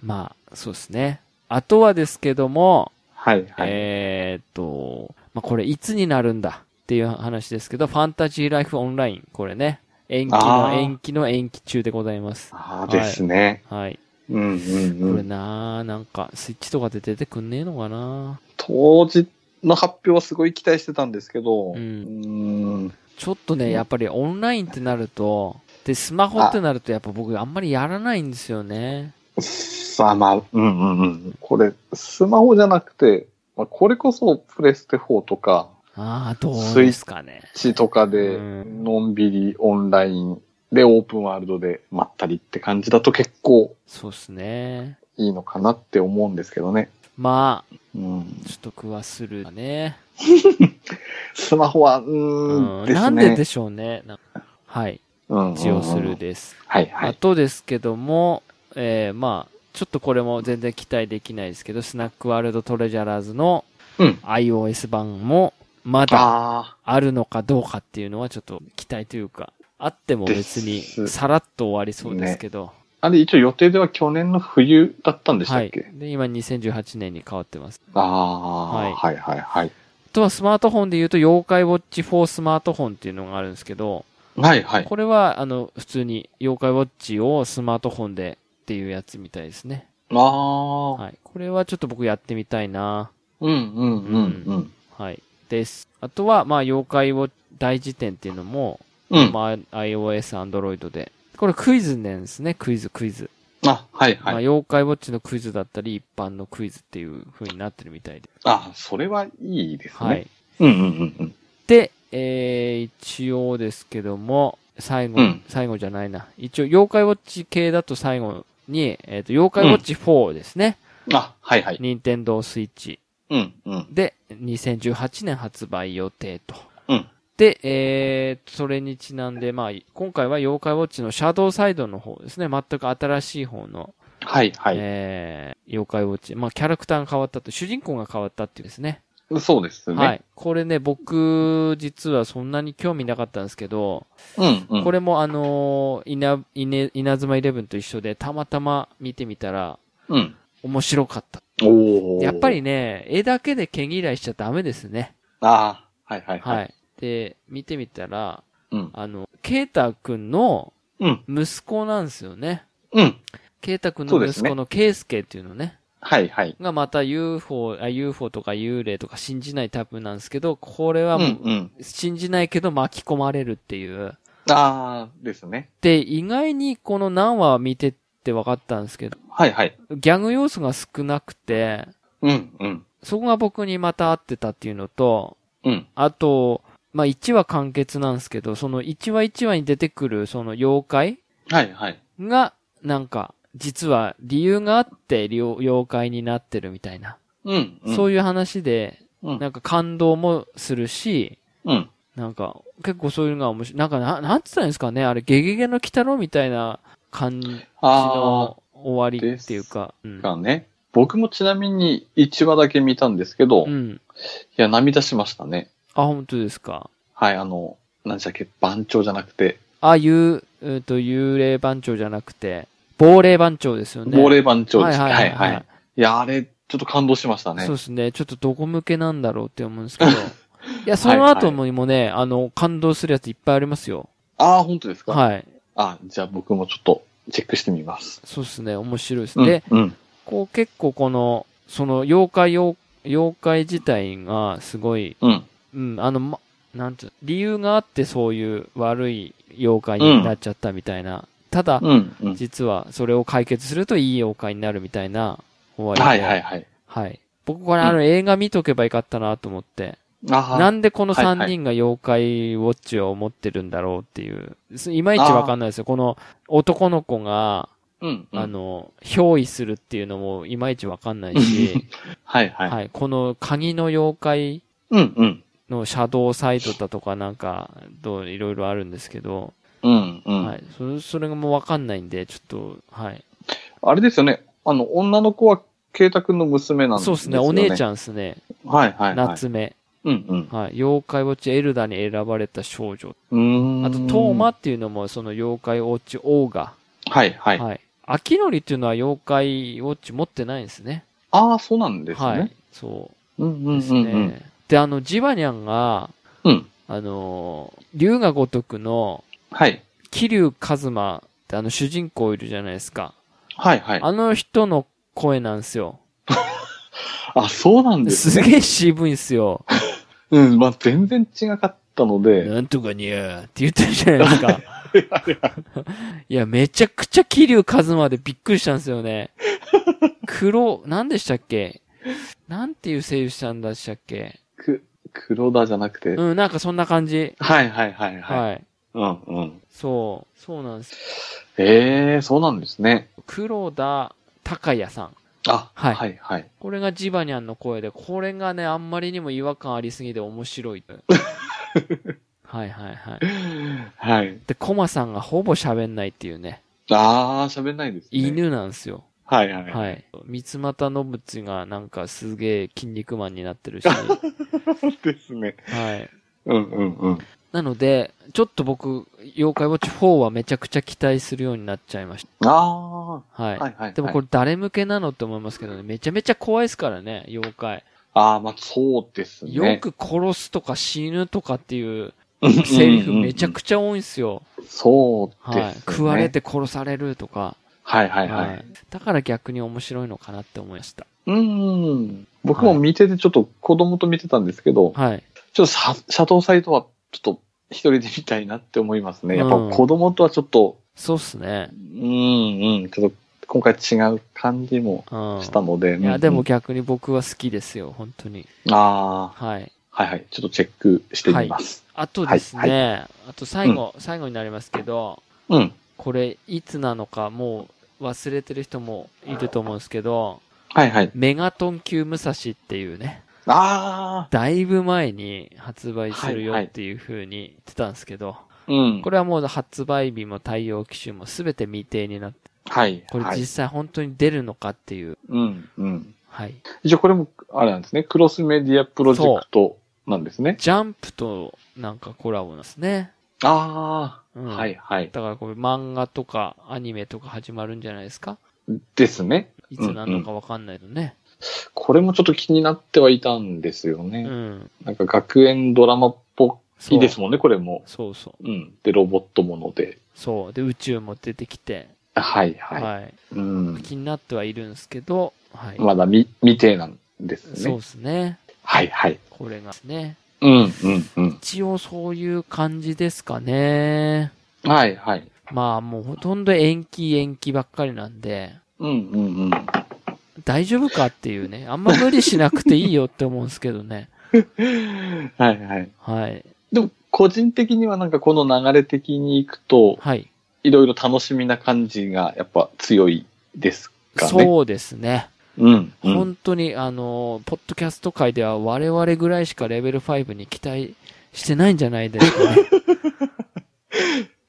[SPEAKER 1] まあ、そうですね。あとはですけども、
[SPEAKER 2] はいはい。
[SPEAKER 1] えーっと、まあ、これいつになるんだっていう話ですけど、ファンタジーライフオンライン、これね。延期
[SPEAKER 2] あ
[SPEAKER 1] の
[SPEAKER 2] ー
[SPEAKER 1] 延期の延期中でございます。
[SPEAKER 2] ああ、ですね。
[SPEAKER 1] はい。
[SPEAKER 2] うんうん
[SPEAKER 1] こ
[SPEAKER 2] う
[SPEAKER 1] れ
[SPEAKER 2] ん。
[SPEAKER 1] なーなんか、スイッチとかで出てくんねえのかな
[SPEAKER 2] 当時の発表はすごい期待してたんですけど、
[SPEAKER 1] うん
[SPEAKER 2] ん
[SPEAKER 1] ちょっとね、やっぱりオンラインってなると、で、スマホってなると、やっぱ僕あんまりやらないんですよね。
[SPEAKER 2] さあまあ、うんうんうん。これ、スマホじゃなくて、まあ、これこそプレステ4とか、
[SPEAKER 1] ああ、どうですかね。
[SPEAKER 2] 地とかで、
[SPEAKER 1] うん
[SPEAKER 2] のんびりオンラインでオープンワールドでまったりって感じだと結構
[SPEAKER 1] そうっすね。
[SPEAKER 2] いいのかなって思うんですけどね。
[SPEAKER 1] まあ、
[SPEAKER 2] うん、
[SPEAKER 1] ちょっとクワするかね。
[SPEAKER 2] スマホは、うーん、ですね。
[SPEAKER 1] なんででしょうね。なはい。
[SPEAKER 2] うん
[SPEAKER 1] 一応する。です。
[SPEAKER 2] はいは
[SPEAKER 1] あ
[SPEAKER 2] い。
[SPEAKER 1] とですけども、えー、まあ、ちょっとこれも全然期待できないですけど、スナックワールドトレジャラーズの
[SPEAKER 2] うん
[SPEAKER 1] iOS 版もまだ
[SPEAKER 2] あ
[SPEAKER 1] あるのかどうかっていうのはちょっと期待というか、あっても別に
[SPEAKER 2] です
[SPEAKER 1] さらっと終わりそうですけど、
[SPEAKER 2] あ、あれ一応予定では去年の冬だったんでした
[SPEAKER 1] は
[SPEAKER 2] っ
[SPEAKER 1] い
[SPEAKER 2] け、。
[SPEAKER 1] で、今2018年に変わってます。
[SPEAKER 2] ああ、はいはいはい。
[SPEAKER 1] あとはスマートフォンで言うと、妖怪ウォッチ4スマートフォンっていうのがあるんですけど、
[SPEAKER 2] はいはい。
[SPEAKER 1] これは、あの、普通に、妖怪ウォッチをスマートフォンでっていうやつみたいですね。
[SPEAKER 2] ああ、
[SPEAKER 1] はい。これはちょっと僕やってみたいな
[SPEAKER 2] うんうんうんうん。
[SPEAKER 1] はい。です。あとは、まあ、妖怪を大辞典っていうのも、
[SPEAKER 2] うん。
[SPEAKER 1] まあ、iOS、Android で。これクイズなんですね。クイズ、クイズ。
[SPEAKER 2] あ、はい
[SPEAKER 1] まあ、
[SPEAKER 2] はい。
[SPEAKER 1] 妖怪ウォッチのクイズだったり、一般のクイズっていう風になってるみたいで。
[SPEAKER 2] あ、それはいいです
[SPEAKER 1] は
[SPEAKER 2] ね
[SPEAKER 1] い。。
[SPEAKER 2] うんうんうんうん。
[SPEAKER 1] で、えー、一応ですけども、最後、
[SPEAKER 2] うん
[SPEAKER 1] 最後じゃないな。一応、妖怪ウォッチ系だと最後に、えっ、と、妖怪ウォッチ4ですね。
[SPEAKER 2] あ、はいはい。
[SPEAKER 1] 任天堂スイッチ
[SPEAKER 2] うんうん。
[SPEAKER 1] で、2018年発売予定と。
[SPEAKER 2] うん
[SPEAKER 1] で、えー、それにちなんで、まあ、今回は妖怪ウォッチのシャドウサイドの方ですね。全く新しい方の、
[SPEAKER 2] はいはい。
[SPEAKER 1] えー、妖怪ウォッチ。まあ、キャラクターが変わったと、主人公が変わったっていうですね。
[SPEAKER 2] そうですね。
[SPEAKER 1] はい。これね、僕、実はそんなに興味なかったんですけど、
[SPEAKER 2] うんうん。
[SPEAKER 1] これもあのー、稲、稲、稲妻イレブンと一緒で、たまたま見てみたら、
[SPEAKER 2] うん。
[SPEAKER 1] 面白かった。
[SPEAKER 2] おお。
[SPEAKER 1] やっぱり。ね、絵だけで毛嫌いしちゃダメですね。
[SPEAKER 2] ああ、はいはいは。
[SPEAKER 1] はいい。で、見てみたら、
[SPEAKER 2] うん。
[SPEAKER 1] あの、ケイタくんの
[SPEAKER 2] うん。
[SPEAKER 1] 息子なんですよね。
[SPEAKER 2] うん。
[SPEAKER 1] ケイタくん
[SPEAKER 2] そう
[SPEAKER 1] の
[SPEAKER 2] です
[SPEAKER 1] 息
[SPEAKER 2] ね
[SPEAKER 1] 子のケイスケっていうのね。
[SPEAKER 2] はいはい。
[SPEAKER 1] がまた UFO、あ、UFO とか幽霊とか信じないタイプなんですけど、これは
[SPEAKER 2] うん
[SPEAKER 1] もう、
[SPEAKER 2] うん。
[SPEAKER 1] 信じないけど巻き込まれるっていう。
[SPEAKER 2] ああ、ですね。
[SPEAKER 1] で、意外にこの何話見てって分かったんですけど、
[SPEAKER 2] はいはい。
[SPEAKER 1] ギャグ要素が少なくて、
[SPEAKER 2] うんうん。
[SPEAKER 1] そこが僕にまた合ってたっていうのと、
[SPEAKER 2] うん。
[SPEAKER 1] あと、まあ、1話完結なんですけど、その1話1話に出てくるその妖怪
[SPEAKER 2] はいはい。
[SPEAKER 1] が、なんか、実は理由があってりょ妖怪になってるみたいな。
[SPEAKER 2] うん、うん。
[SPEAKER 1] そう
[SPEAKER 2] い
[SPEAKER 1] いう話で、
[SPEAKER 2] うん。
[SPEAKER 1] なんか感動もするし、
[SPEAKER 2] うん。
[SPEAKER 1] なんか、結構そういうのが面白い。なんかな、なんつったんですかねあれ、ゲゲゲの鬼太郎みたいな感じ
[SPEAKER 2] あ
[SPEAKER 1] の終わりっていうか。うん
[SPEAKER 2] あ、。がね。僕もちなみに1話だけ見たんですけど、
[SPEAKER 1] う
[SPEAKER 2] い
[SPEAKER 1] ん。
[SPEAKER 2] や、涙しましたね。
[SPEAKER 1] あ、本当ですか。
[SPEAKER 2] はい、あの、何でしたっけ、番長じゃなくて、
[SPEAKER 1] あ、ゆう、えっと、幽霊番長じゃなくて、亡霊番長ですよね。
[SPEAKER 2] 亡霊番長で
[SPEAKER 1] はい
[SPEAKER 2] す
[SPEAKER 1] はいはい、はい。
[SPEAKER 2] い。いや、あれ、ちょっと感動しましたね。
[SPEAKER 1] そうですね。ちょっとどこ向けなんだろうって思うんですけ ど。いや、その後もにもね、あの、感動するやついっぱいありますよ。
[SPEAKER 2] ああ、本当ですかい。
[SPEAKER 1] はい。
[SPEAKER 2] あじゃあ僕もちょっとチェックしてみます。
[SPEAKER 1] そうですね。面白いです
[SPEAKER 2] うん
[SPEAKER 1] ね。で、
[SPEAKER 2] うん。
[SPEAKER 1] こう結構この、その妖怪、妖妖怪自体がすごい、
[SPEAKER 2] うん。
[SPEAKER 1] うん、あの、ま、なんていうの理由があってそういう悪い妖怪になっちゃったみたいな。ただ、
[SPEAKER 2] うん。うん。
[SPEAKER 1] 実はそれを解決するといい妖怪になるみたいな終わ
[SPEAKER 2] は
[SPEAKER 1] り
[SPEAKER 2] い
[SPEAKER 1] で。
[SPEAKER 2] はいはい。
[SPEAKER 1] はい。僕これあの映画見とけばよかったなと思って。
[SPEAKER 2] ああ。
[SPEAKER 1] なんでこの
[SPEAKER 2] はいは
[SPEAKER 1] 3
[SPEAKER 2] い
[SPEAKER 1] 人が妖怪ウォッチを持ってるんだろうっていう。すいまいちわかんないですよ。この男の子が、
[SPEAKER 2] うん。うん
[SPEAKER 1] あ、の、憑依するっていうのもいまいちわかんないし、
[SPEAKER 2] はいはい。
[SPEAKER 1] はい。この鍵の妖怪
[SPEAKER 2] うんうん。
[SPEAKER 1] のシャドウサイトだとかなんか、どういろいろあるんですけど、
[SPEAKER 2] うんうん。
[SPEAKER 1] はい。それ、それがもうわかんないんで、ちょっと、はい。
[SPEAKER 2] あれですよね。あの、女の子は、ケイタ君の娘なんです
[SPEAKER 1] そう
[SPEAKER 2] よ
[SPEAKER 1] です
[SPEAKER 2] ね。
[SPEAKER 1] ね。お姉ち
[SPEAKER 2] ゃ
[SPEAKER 1] ゃんですね。
[SPEAKER 2] ん。はいはいはい。
[SPEAKER 1] 夏目。
[SPEAKER 2] うんうん。
[SPEAKER 1] はい。妖怪ウォッチエルダに選ばれた少女。
[SPEAKER 2] うーん。
[SPEAKER 1] あと、トーマ。っていうのも、その妖怪ウォッチオーガ。
[SPEAKER 2] はいはい。
[SPEAKER 1] はい。秋のりっていうのは妖怪ウォッチ持ってないんですね。
[SPEAKER 2] ああ、そうなんですね。
[SPEAKER 1] はい。そ
[SPEAKER 2] うんう
[SPEAKER 1] うんです
[SPEAKER 2] う
[SPEAKER 1] ね。
[SPEAKER 2] んうん。
[SPEAKER 1] で、あの、ジバニャンが、
[SPEAKER 2] うん。
[SPEAKER 1] あのー、龍が如くの
[SPEAKER 2] はい。
[SPEAKER 1] 桐生一馬ってあの主人公いるじゃないですか。
[SPEAKER 2] はいはい。あ
[SPEAKER 1] あの人の声なんですよ。
[SPEAKER 2] そうなんです。
[SPEAKER 1] すげえ渋いんすよ。
[SPEAKER 2] うん、まあ全然違かったので、
[SPEAKER 1] なんとかにゃーって言ってるじゃないです か。いや、めちゃくちゃ桐生一馬でびっくりしたんですよね。黒、なんでしたっけなんていう声優さんでしたっけ
[SPEAKER 2] く、黒田じゃなくて、
[SPEAKER 1] うん、なんかそんな感じ。
[SPEAKER 2] はいはいはいはい。
[SPEAKER 1] はい。
[SPEAKER 2] うんうん。
[SPEAKER 1] そう、そうなんです。
[SPEAKER 2] ええそうなんですね。
[SPEAKER 1] 黒田隆也さん。
[SPEAKER 2] あ、
[SPEAKER 1] は
[SPEAKER 2] はいい、はいはい。
[SPEAKER 1] これがジバニャンの声で、これがね、あんまりにも違和感ありすぎて面白 い。はいはいはい。
[SPEAKER 2] はい。
[SPEAKER 1] で、コマさんがほぼ喋んないっていうね、
[SPEAKER 2] あー、喋んないですね。。
[SPEAKER 1] 犬なんですよ。
[SPEAKER 2] はいはい。はい、
[SPEAKER 1] はい。三股信次がなんかすげえ筋肉マンになって るし、は
[SPEAKER 2] ですね。
[SPEAKER 1] い。
[SPEAKER 2] うんうんうん。
[SPEAKER 1] なので、ちょっと僕、妖怪ウォッチ4はめちゃくちゃ期待するようになっちゃいまし
[SPEAKER 2] あ
[SPEAKER 1] た。は
[SPEAKER 2] ー、
[SPEAKER 1] い。
[SPEAKER 2] はいはい。
[SPEAKER 1] でもこ
[SPEAKER 2] れ、
[SPEAKER 1] れ誰向けなのって思いますけどね、めちゃめちゃ怖いですからね、妖怪。
[SPEAKER 2] あー、まあそうですね。
[SPEAKER 1] よく殺すとか死ぬとかっていう
[SPEAKER 2] うんうんうん、
[SPEAKER 1] セリフめちゃくちゃ多いんすよ。
[SPEAKER 2] そうです、ね
[SPEAKER 1] はい。食われ。て殺されるとか。
[SPEAKER 2] はいはいはい。
[SPEAKER 1] だから逆に面白いのかなって思いました。
[SPEAKER 2] うーん。僕も見てて、ちょっと子供と見てたんですけど、
[SPEAKER 1] はい。
[SPEAKER 2] ちょっとシャシャドウサイトは、ちょっと一人で見たいなって思いますね。やっぱ
[SPEAKER 1] うん
[SPEAKER 2] 子供とはちょっと、
[SPEAKER 1] そうっすね
[SPEAKER 2] う。んうん、ちょっと今回違う感じも
[SPEAKER 1] うん。
[SPEAKER 2] したので。
[SPEAKER 1] い
[SPEAKER 2] うんう
[SPEAKER 1] や、
[SPEAKER 2] ん
[SPEAKER 1] でも、逆に僕は好きですよ、本当に。
[SPEAKER 2] ああ、
[SPEAKER 1] はい。
[SPEAKER 2] はいはい。ちょっとチェックしてみます。
[SPEAKER 1] あとですね、
[SPEAKER 2] はい
[SPEAKER 1] あと最後、最後になりますけど、
[SPEAKER 2] うん。
[SPEAKER 1] これ、いつなのか、もう忘れてる人もいると思うんですけど、
[SPEAKER 2] はいはい。
[SPEAKER 1] メガトン級武蔵っていうね、
[SPEAKER 2] あ
[SPEAKER 1] だいぶ前に発売するよ
[SPEAKER 2] はいは
[SPEAKER 1] っ
[SPEAKER 2] い
[SPEAKER 1] ていう風に言ってたんですけど、
[SPEAKER 2] あ、うん。
[SPEAKER 1] これはもう発売日も対応機種も全て未定になって、
[SPEAKER 2] はい。
[SPEAKER 1] これ
[SPEAKER 2] はい
[SPEAKER 1] 実際本当に出るのかっていう、
[SPEAKER 2] うんうん。
[SPEAKER 1] はい。
[SPEAKER 2] 一応これも、あれなんですね。クロスメディアプロジェクトなんですね。
[SPEAKER 1] ジャンプとなんかコラボなんですね。
[SPEAKER 2] あ
[SPEAKER 1] う
[SPEAKER 2] あ、
[SPEAKER 1] ん、
[SPEAKER 2] はいはい。
[SPEAKER 1] だからこれ漫画とかアニメとか始まるんじゃないですか
[SPEAKER 2] ですね。
[SPEAKER 1] いつなのかわかんないのね。
[SPEAKER 2] これもちょっと気になってはいたんです
[SPEAKER 1] う
[SPEAKER 2] よね。
[SPEAKER 1] ん。
[SPEAKER 2] なんか学園ドラマっぽ
[SPEAKER 1] そう
[SPEAKER 2] いですもんね、これも。
[SPEAKER 1] そうそう。
[SPEAKER 2] うん。で、ロボットもので。
[SPEAKER 1] そう。で、宇宙も出てきて、
[SPEAKER 2] はい
[SPEAKER 1] は。
[SPEAKER 2] はいい。うん。
[SPEAKER 1] 気になってはいるんですけど、はい。
[SPEAKER 2] まだ未未定なんです
[SPEAKER 1] そう
[SPEAKER 2] ね
[SPEAKER 1] で。すね。
[SPEAKER 2] はいはい。
[SPEAKER 1] これがですね。
[SPEAKER 2] うんうんうん。
[SPEAKER 1] 一応そういう感じですかね。
[SPEAKER 2] はいはい。
[SPEAKER 1] まあもうほとんど延期延期ばっかりなんで、
[SPEAKER 2] うんうんうん。
[SPEAKER 1] 大丈夫かっていうね。あんま無理しなくていいよって思うんですけど ね。
[SPEAKER 2] はいはい。
[SPEAKER 1] はい。
[SPEAKER 2] でも、個人的にはなんかこの流れ的に行くと、
[SPEAKER 1] はい。
[SPEAKER 2] いろいろ楽しみな感じがやっぱ強いですかね。う。
[SPEAKER 1] そうですね。
[SPEAKER 2] うん、うん。
[SPEAKER 1] 本当に、あの、ポッドキャスト界では我々ぐらいしかレベル5に期待してないんじゃないですか ね。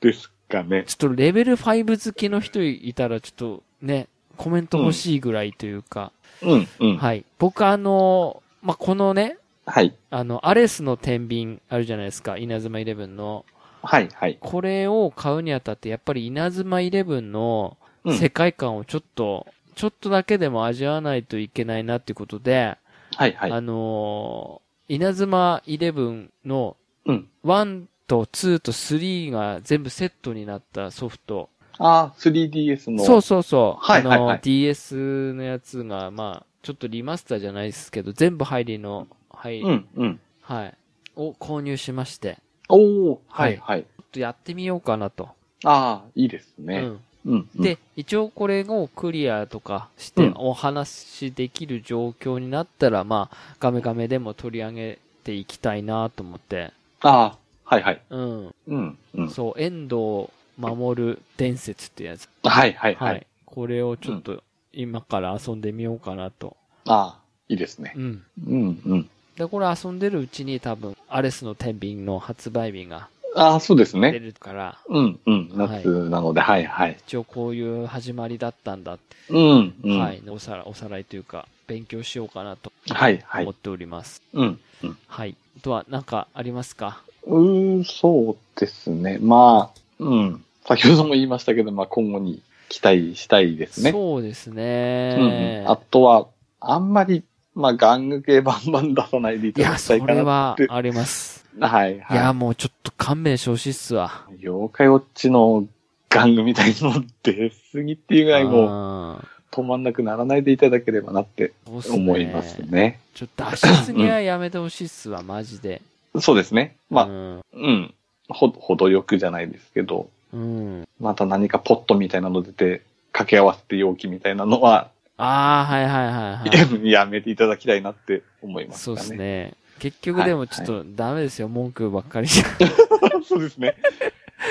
[SPEAKER 2] ですかね。
[SPEAKER 1] ちょっとレベル5好きの人いたら、ちょっとね、コメント欲しいぐらいというか、
[SPEAKER 2] うんうん。はい。
[SPEAKER 1] はい。僕あの、まあ、このね、
[SPEAKER 2] はい
[SPEAKER 1] あの、アレスの天秤あるじゃないですか、稲妻イレブンの。
[SPEAKER 2] はい。
[SPEAKER 1] これを買うにあたって、やっぱり稲妻イレブンの
[SPEAKER 2] うん
[SPEAKER 1] 世界観をちょっと、ちょっとだけでも味わわないといけないなっていうことで、
[SPEAKER 2] はいはい。
[SPEAKER 1] あのー稲妻イレブンの
[SPEAKER 2] うん
[SPEAKER 1] 1と2と3が全部セットになったソフト。
[SPEAKER 2] ああ、3DS の。
[SPEAKER 1] そうそうそう。
[SPEAKER 2] はいはいは
[SPEAKER 1] あの
[SPEAKER 2] い
[SPEAKER 1] ー、DS のやつが、まあ、ちょっとリマスターじゃないですけど、全部入りの、はい、
[SPEAKER 2] うんうん。
[SPEAKER 1] はい、を購入しまして、
[SPEAKER 2] おおはいはい。
[SPEAKER 1] ちょっとやってみようかなと。
[SPEAKER 2] ああ、いいです
[SPEAKER 1] う
[SPEAKER 2] ね。
[SPEAKER 1] ん。
[SPEAKER 2] うん。うん、
[SPEAKER 1] で、一応これをクリアとかして
[SPEAKER 2] うん
[SPEAKER 1] お話しできる状況になったら、まあ、ガメガメでも取り上げていきたいなと思って、
[SPEAKER 2] ああ、はいはい。
[SPEAKER 1] うん。
[SPEAKER 2] うんうん。
[SPEAKER 1] そう、遠藤守伝説ってやつ。
[SPEAKER 2] はいはい
[SPEAKER 1] は。
[SPEAKER 2] はいい。
[SPEAKER 1] これをちょっと今から遊んでみようかなと。
[SPEAKER 2] ああ、いいですね。
[SPEAKER 1] うん。
[SPEAKER 2] うんうん。
[SPEAKER 1] で、これ遊んでるうちに多分、アレスの天秤の発売日が
[SPEAKER 2] ああ、そうです
[SPEAKER 1] 出
[SPEAKER 2] ね。
[SPEAKER 1] るから、
[SPEAKER 2] うんうん。
[SPEAKER 1] はい
[SPEAKER 2] 夏なので、はいはい。
[SPEAKER 1] 一応こういう始まりだったんだって、
[SPEAKER 2] うんうん。
[SPEAKER 1] は
[SPEAKER 2] はい
[SPEAKER 1] い。おさら、おさらいというか、勉強しようかなと
[SPEAKER 2] は
[SPEAKER 1] 思っ
[SPEAKER 2] い。
[SPEAKER 1] ております。
[SPEAKER 2] うんうん。
[SPEAKER 1] はい。あとは、なんかありますか
[SPEAKER 2] うーん、そうですね。まあ、うん。先ほども言いましたけど、まあ今後に期待したいですね。
[SPEAKER 1] そうです
[SPEAKER 2] うん
[SPEAKER 1] ね。
[SPEAKER 2] うん。あとは、あんまり、まあ、玩具系バンバン出さないでい
[SPEAKER 1] い
[SPEAKER 2] ただ
[SPEAKER 1] や、
[SPEAKER 2] きた
[SPEAKER 1] そ
[SPEAKER 2] いか
[SPEAKER 1] れ
[SPEAKER 2] な。
[SPEAKER 1] はあります。
[SPEAKER 2] はい、
[SPEAKER 1] いや、
[SPEAKER 2] は
[SPEAKER 1] もうちょっと勘弁してほしいっすわ。
[SPEAKER 2] い。妖怪ウォッチの玩具みたいの出すぎっていうぐらいもう
[SPEAKER 1] あ
[SPEAKER 2] 止まんなくならないでいただければなって
[SPEAKER 1] ーそうっすね
[SPEAKER 2] 思いますね。
[SPEAKER 1] ちょっと脱出にはやめてほしいっすわ、マジで。
[SPEAKER 2] そうですね。まあ、
[SPEAKER 1] うん。
[SPEAKER 2] うん。ほ、ほどよくじゃないですけど、
[SPEAKER 1] うん。
[SPEAKER 2] また何かポットみたいなの出て、掛け合わせて容器みたいなのは、
[SPEAKER 1] ああ、はいはいはいはい。
[SPEAKER 2] やめていただきたいなって思います
[SPEAKER 1] そ
[SPEAKER 2] か
[SPEAKER 1] う
[SPEAKER 2] ね。
[SPEAKER 1] ですね。結局でもちょっとダメですよ、文句ばっかりじゃ。
[SPEAKER 2] そうですね。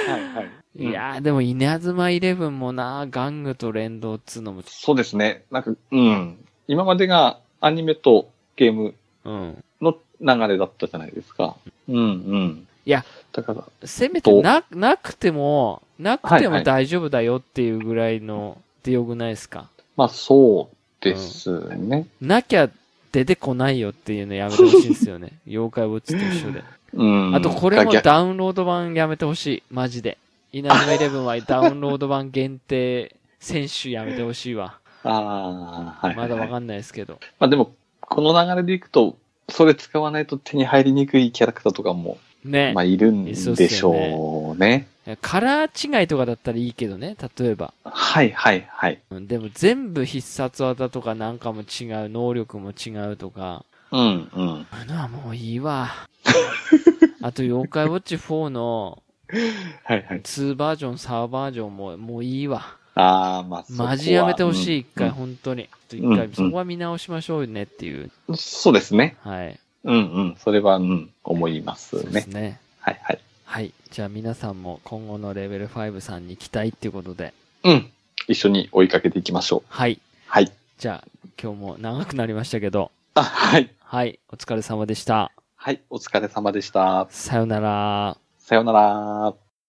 [SPEAKER 2] はいはい。うん
[SPEAKER 1] いやー、でも稲妻イレブンもな、玩具と連動っつうのも、
[SPEAKER 2] そうですね。なんか、うん。今までがアニメとゲーム
[SPEAKER 1] うん。
[SPEAKER 2] の流れだったじゃないですか。うんうん。
[SPEAKER 1] いや。
[SPEAKER 2] だから、
[SPEAKER 1] せめてな、なくても、なくて
[SPEAKER 2] はいは
[SPEAKER 1] も
[SPEAKER 2] い
[SPEAKER 1] 大丈夫だよっていうぐらいの、でよくないですか。
[SPEAKER 2] まあそうですね。
[SPEAKER 1] なきゃ出てこないよっていうのやめてほしいですよ ね。妖怪ウォッチと一緒で。
[SPEAKER 2] うん。
[SPEAKER 1] あとこれも
[SPEAKER 2] だから
[SPEAKER 1] ダウンロード版やめてほしい。マジで。稲妻イレブンはダウンロード版限定選手やめてほしいわ。
[SPEAKER 2] ああ、はい、は
[SPEAKER 1] ま
[SPEAKER 2] い
[SPEAKER 1] だ
[SPEAKER 2] は
[SPEAKER 1] わ
[SPEAKER 2] い。
[SPEAKER 1] かんないですけど。
[SPEAKER 2] まあでも、この流れでいくと、それ使わないと手に入りにくいキャラクターとかも、
[SPEAKER 1] ね
[SPEAKER 2] まあ。いるんでしょうね。
[SPEAKER 1] カラー違いとかだったらいいけどね、例えば。
[SPEAKER 2] はいはいはい。
[SPEAKER 1] うんでも全部必殺技とかなんかも違う、能力も違うとか。
[SPEAKER 2] うんうん。
[SPEAKER 1] あのはもういい わ。あと、妖怪ウォッチ4の
[SPEAKER 2] はいはい。
[SPEAKER 1] 2バージョン、3バージョンももういいわ。
[SPEAKER 2] ああ、まあそこは
[SPEAKER 1] マジやめてほしい、一
[SPEAKER 2] うん
[SPEAKER 1] 回、本当に。一
[SPEAKER 2] うんう
[SPEAKER 1] 回
[SPEAKER 2] ん、
[SPEAKER 1] そこは見直しましょうねっていう。
[SPEAKER 2] うんそうですね。
[SPEAKER 1] はい。
[SPEAKER 2] うんうん。それは、うん、思いま
[SPEAKER 1] そ
[SPEAKER 2] す
[SPEAKER 1] うで
[SPEAKER 2] ね
[SPEAKER 1] す。ね。
[SPEAKER 2] はいはい。
[SPEAKER 1] はい。じゃあ皆さんも今後のレベル5さんに期待っていうことで。
[SPEAKER 2] うん。一緒に追いかけていきましょう。
[SPEAKER 1] はい。
[SPEAKER 2] はい。
[SPEAKER 1] じゃあ、今日も長くなりましたけど。
[SPEAKER 2] あ、はい。
[SPEAKER 1] はい。お疲れ様でした。
[SPEAKER 2] はい。お疲れ様でした。
[SPEAKER 1] さよなら。
[SPEAKER 2] さようなら。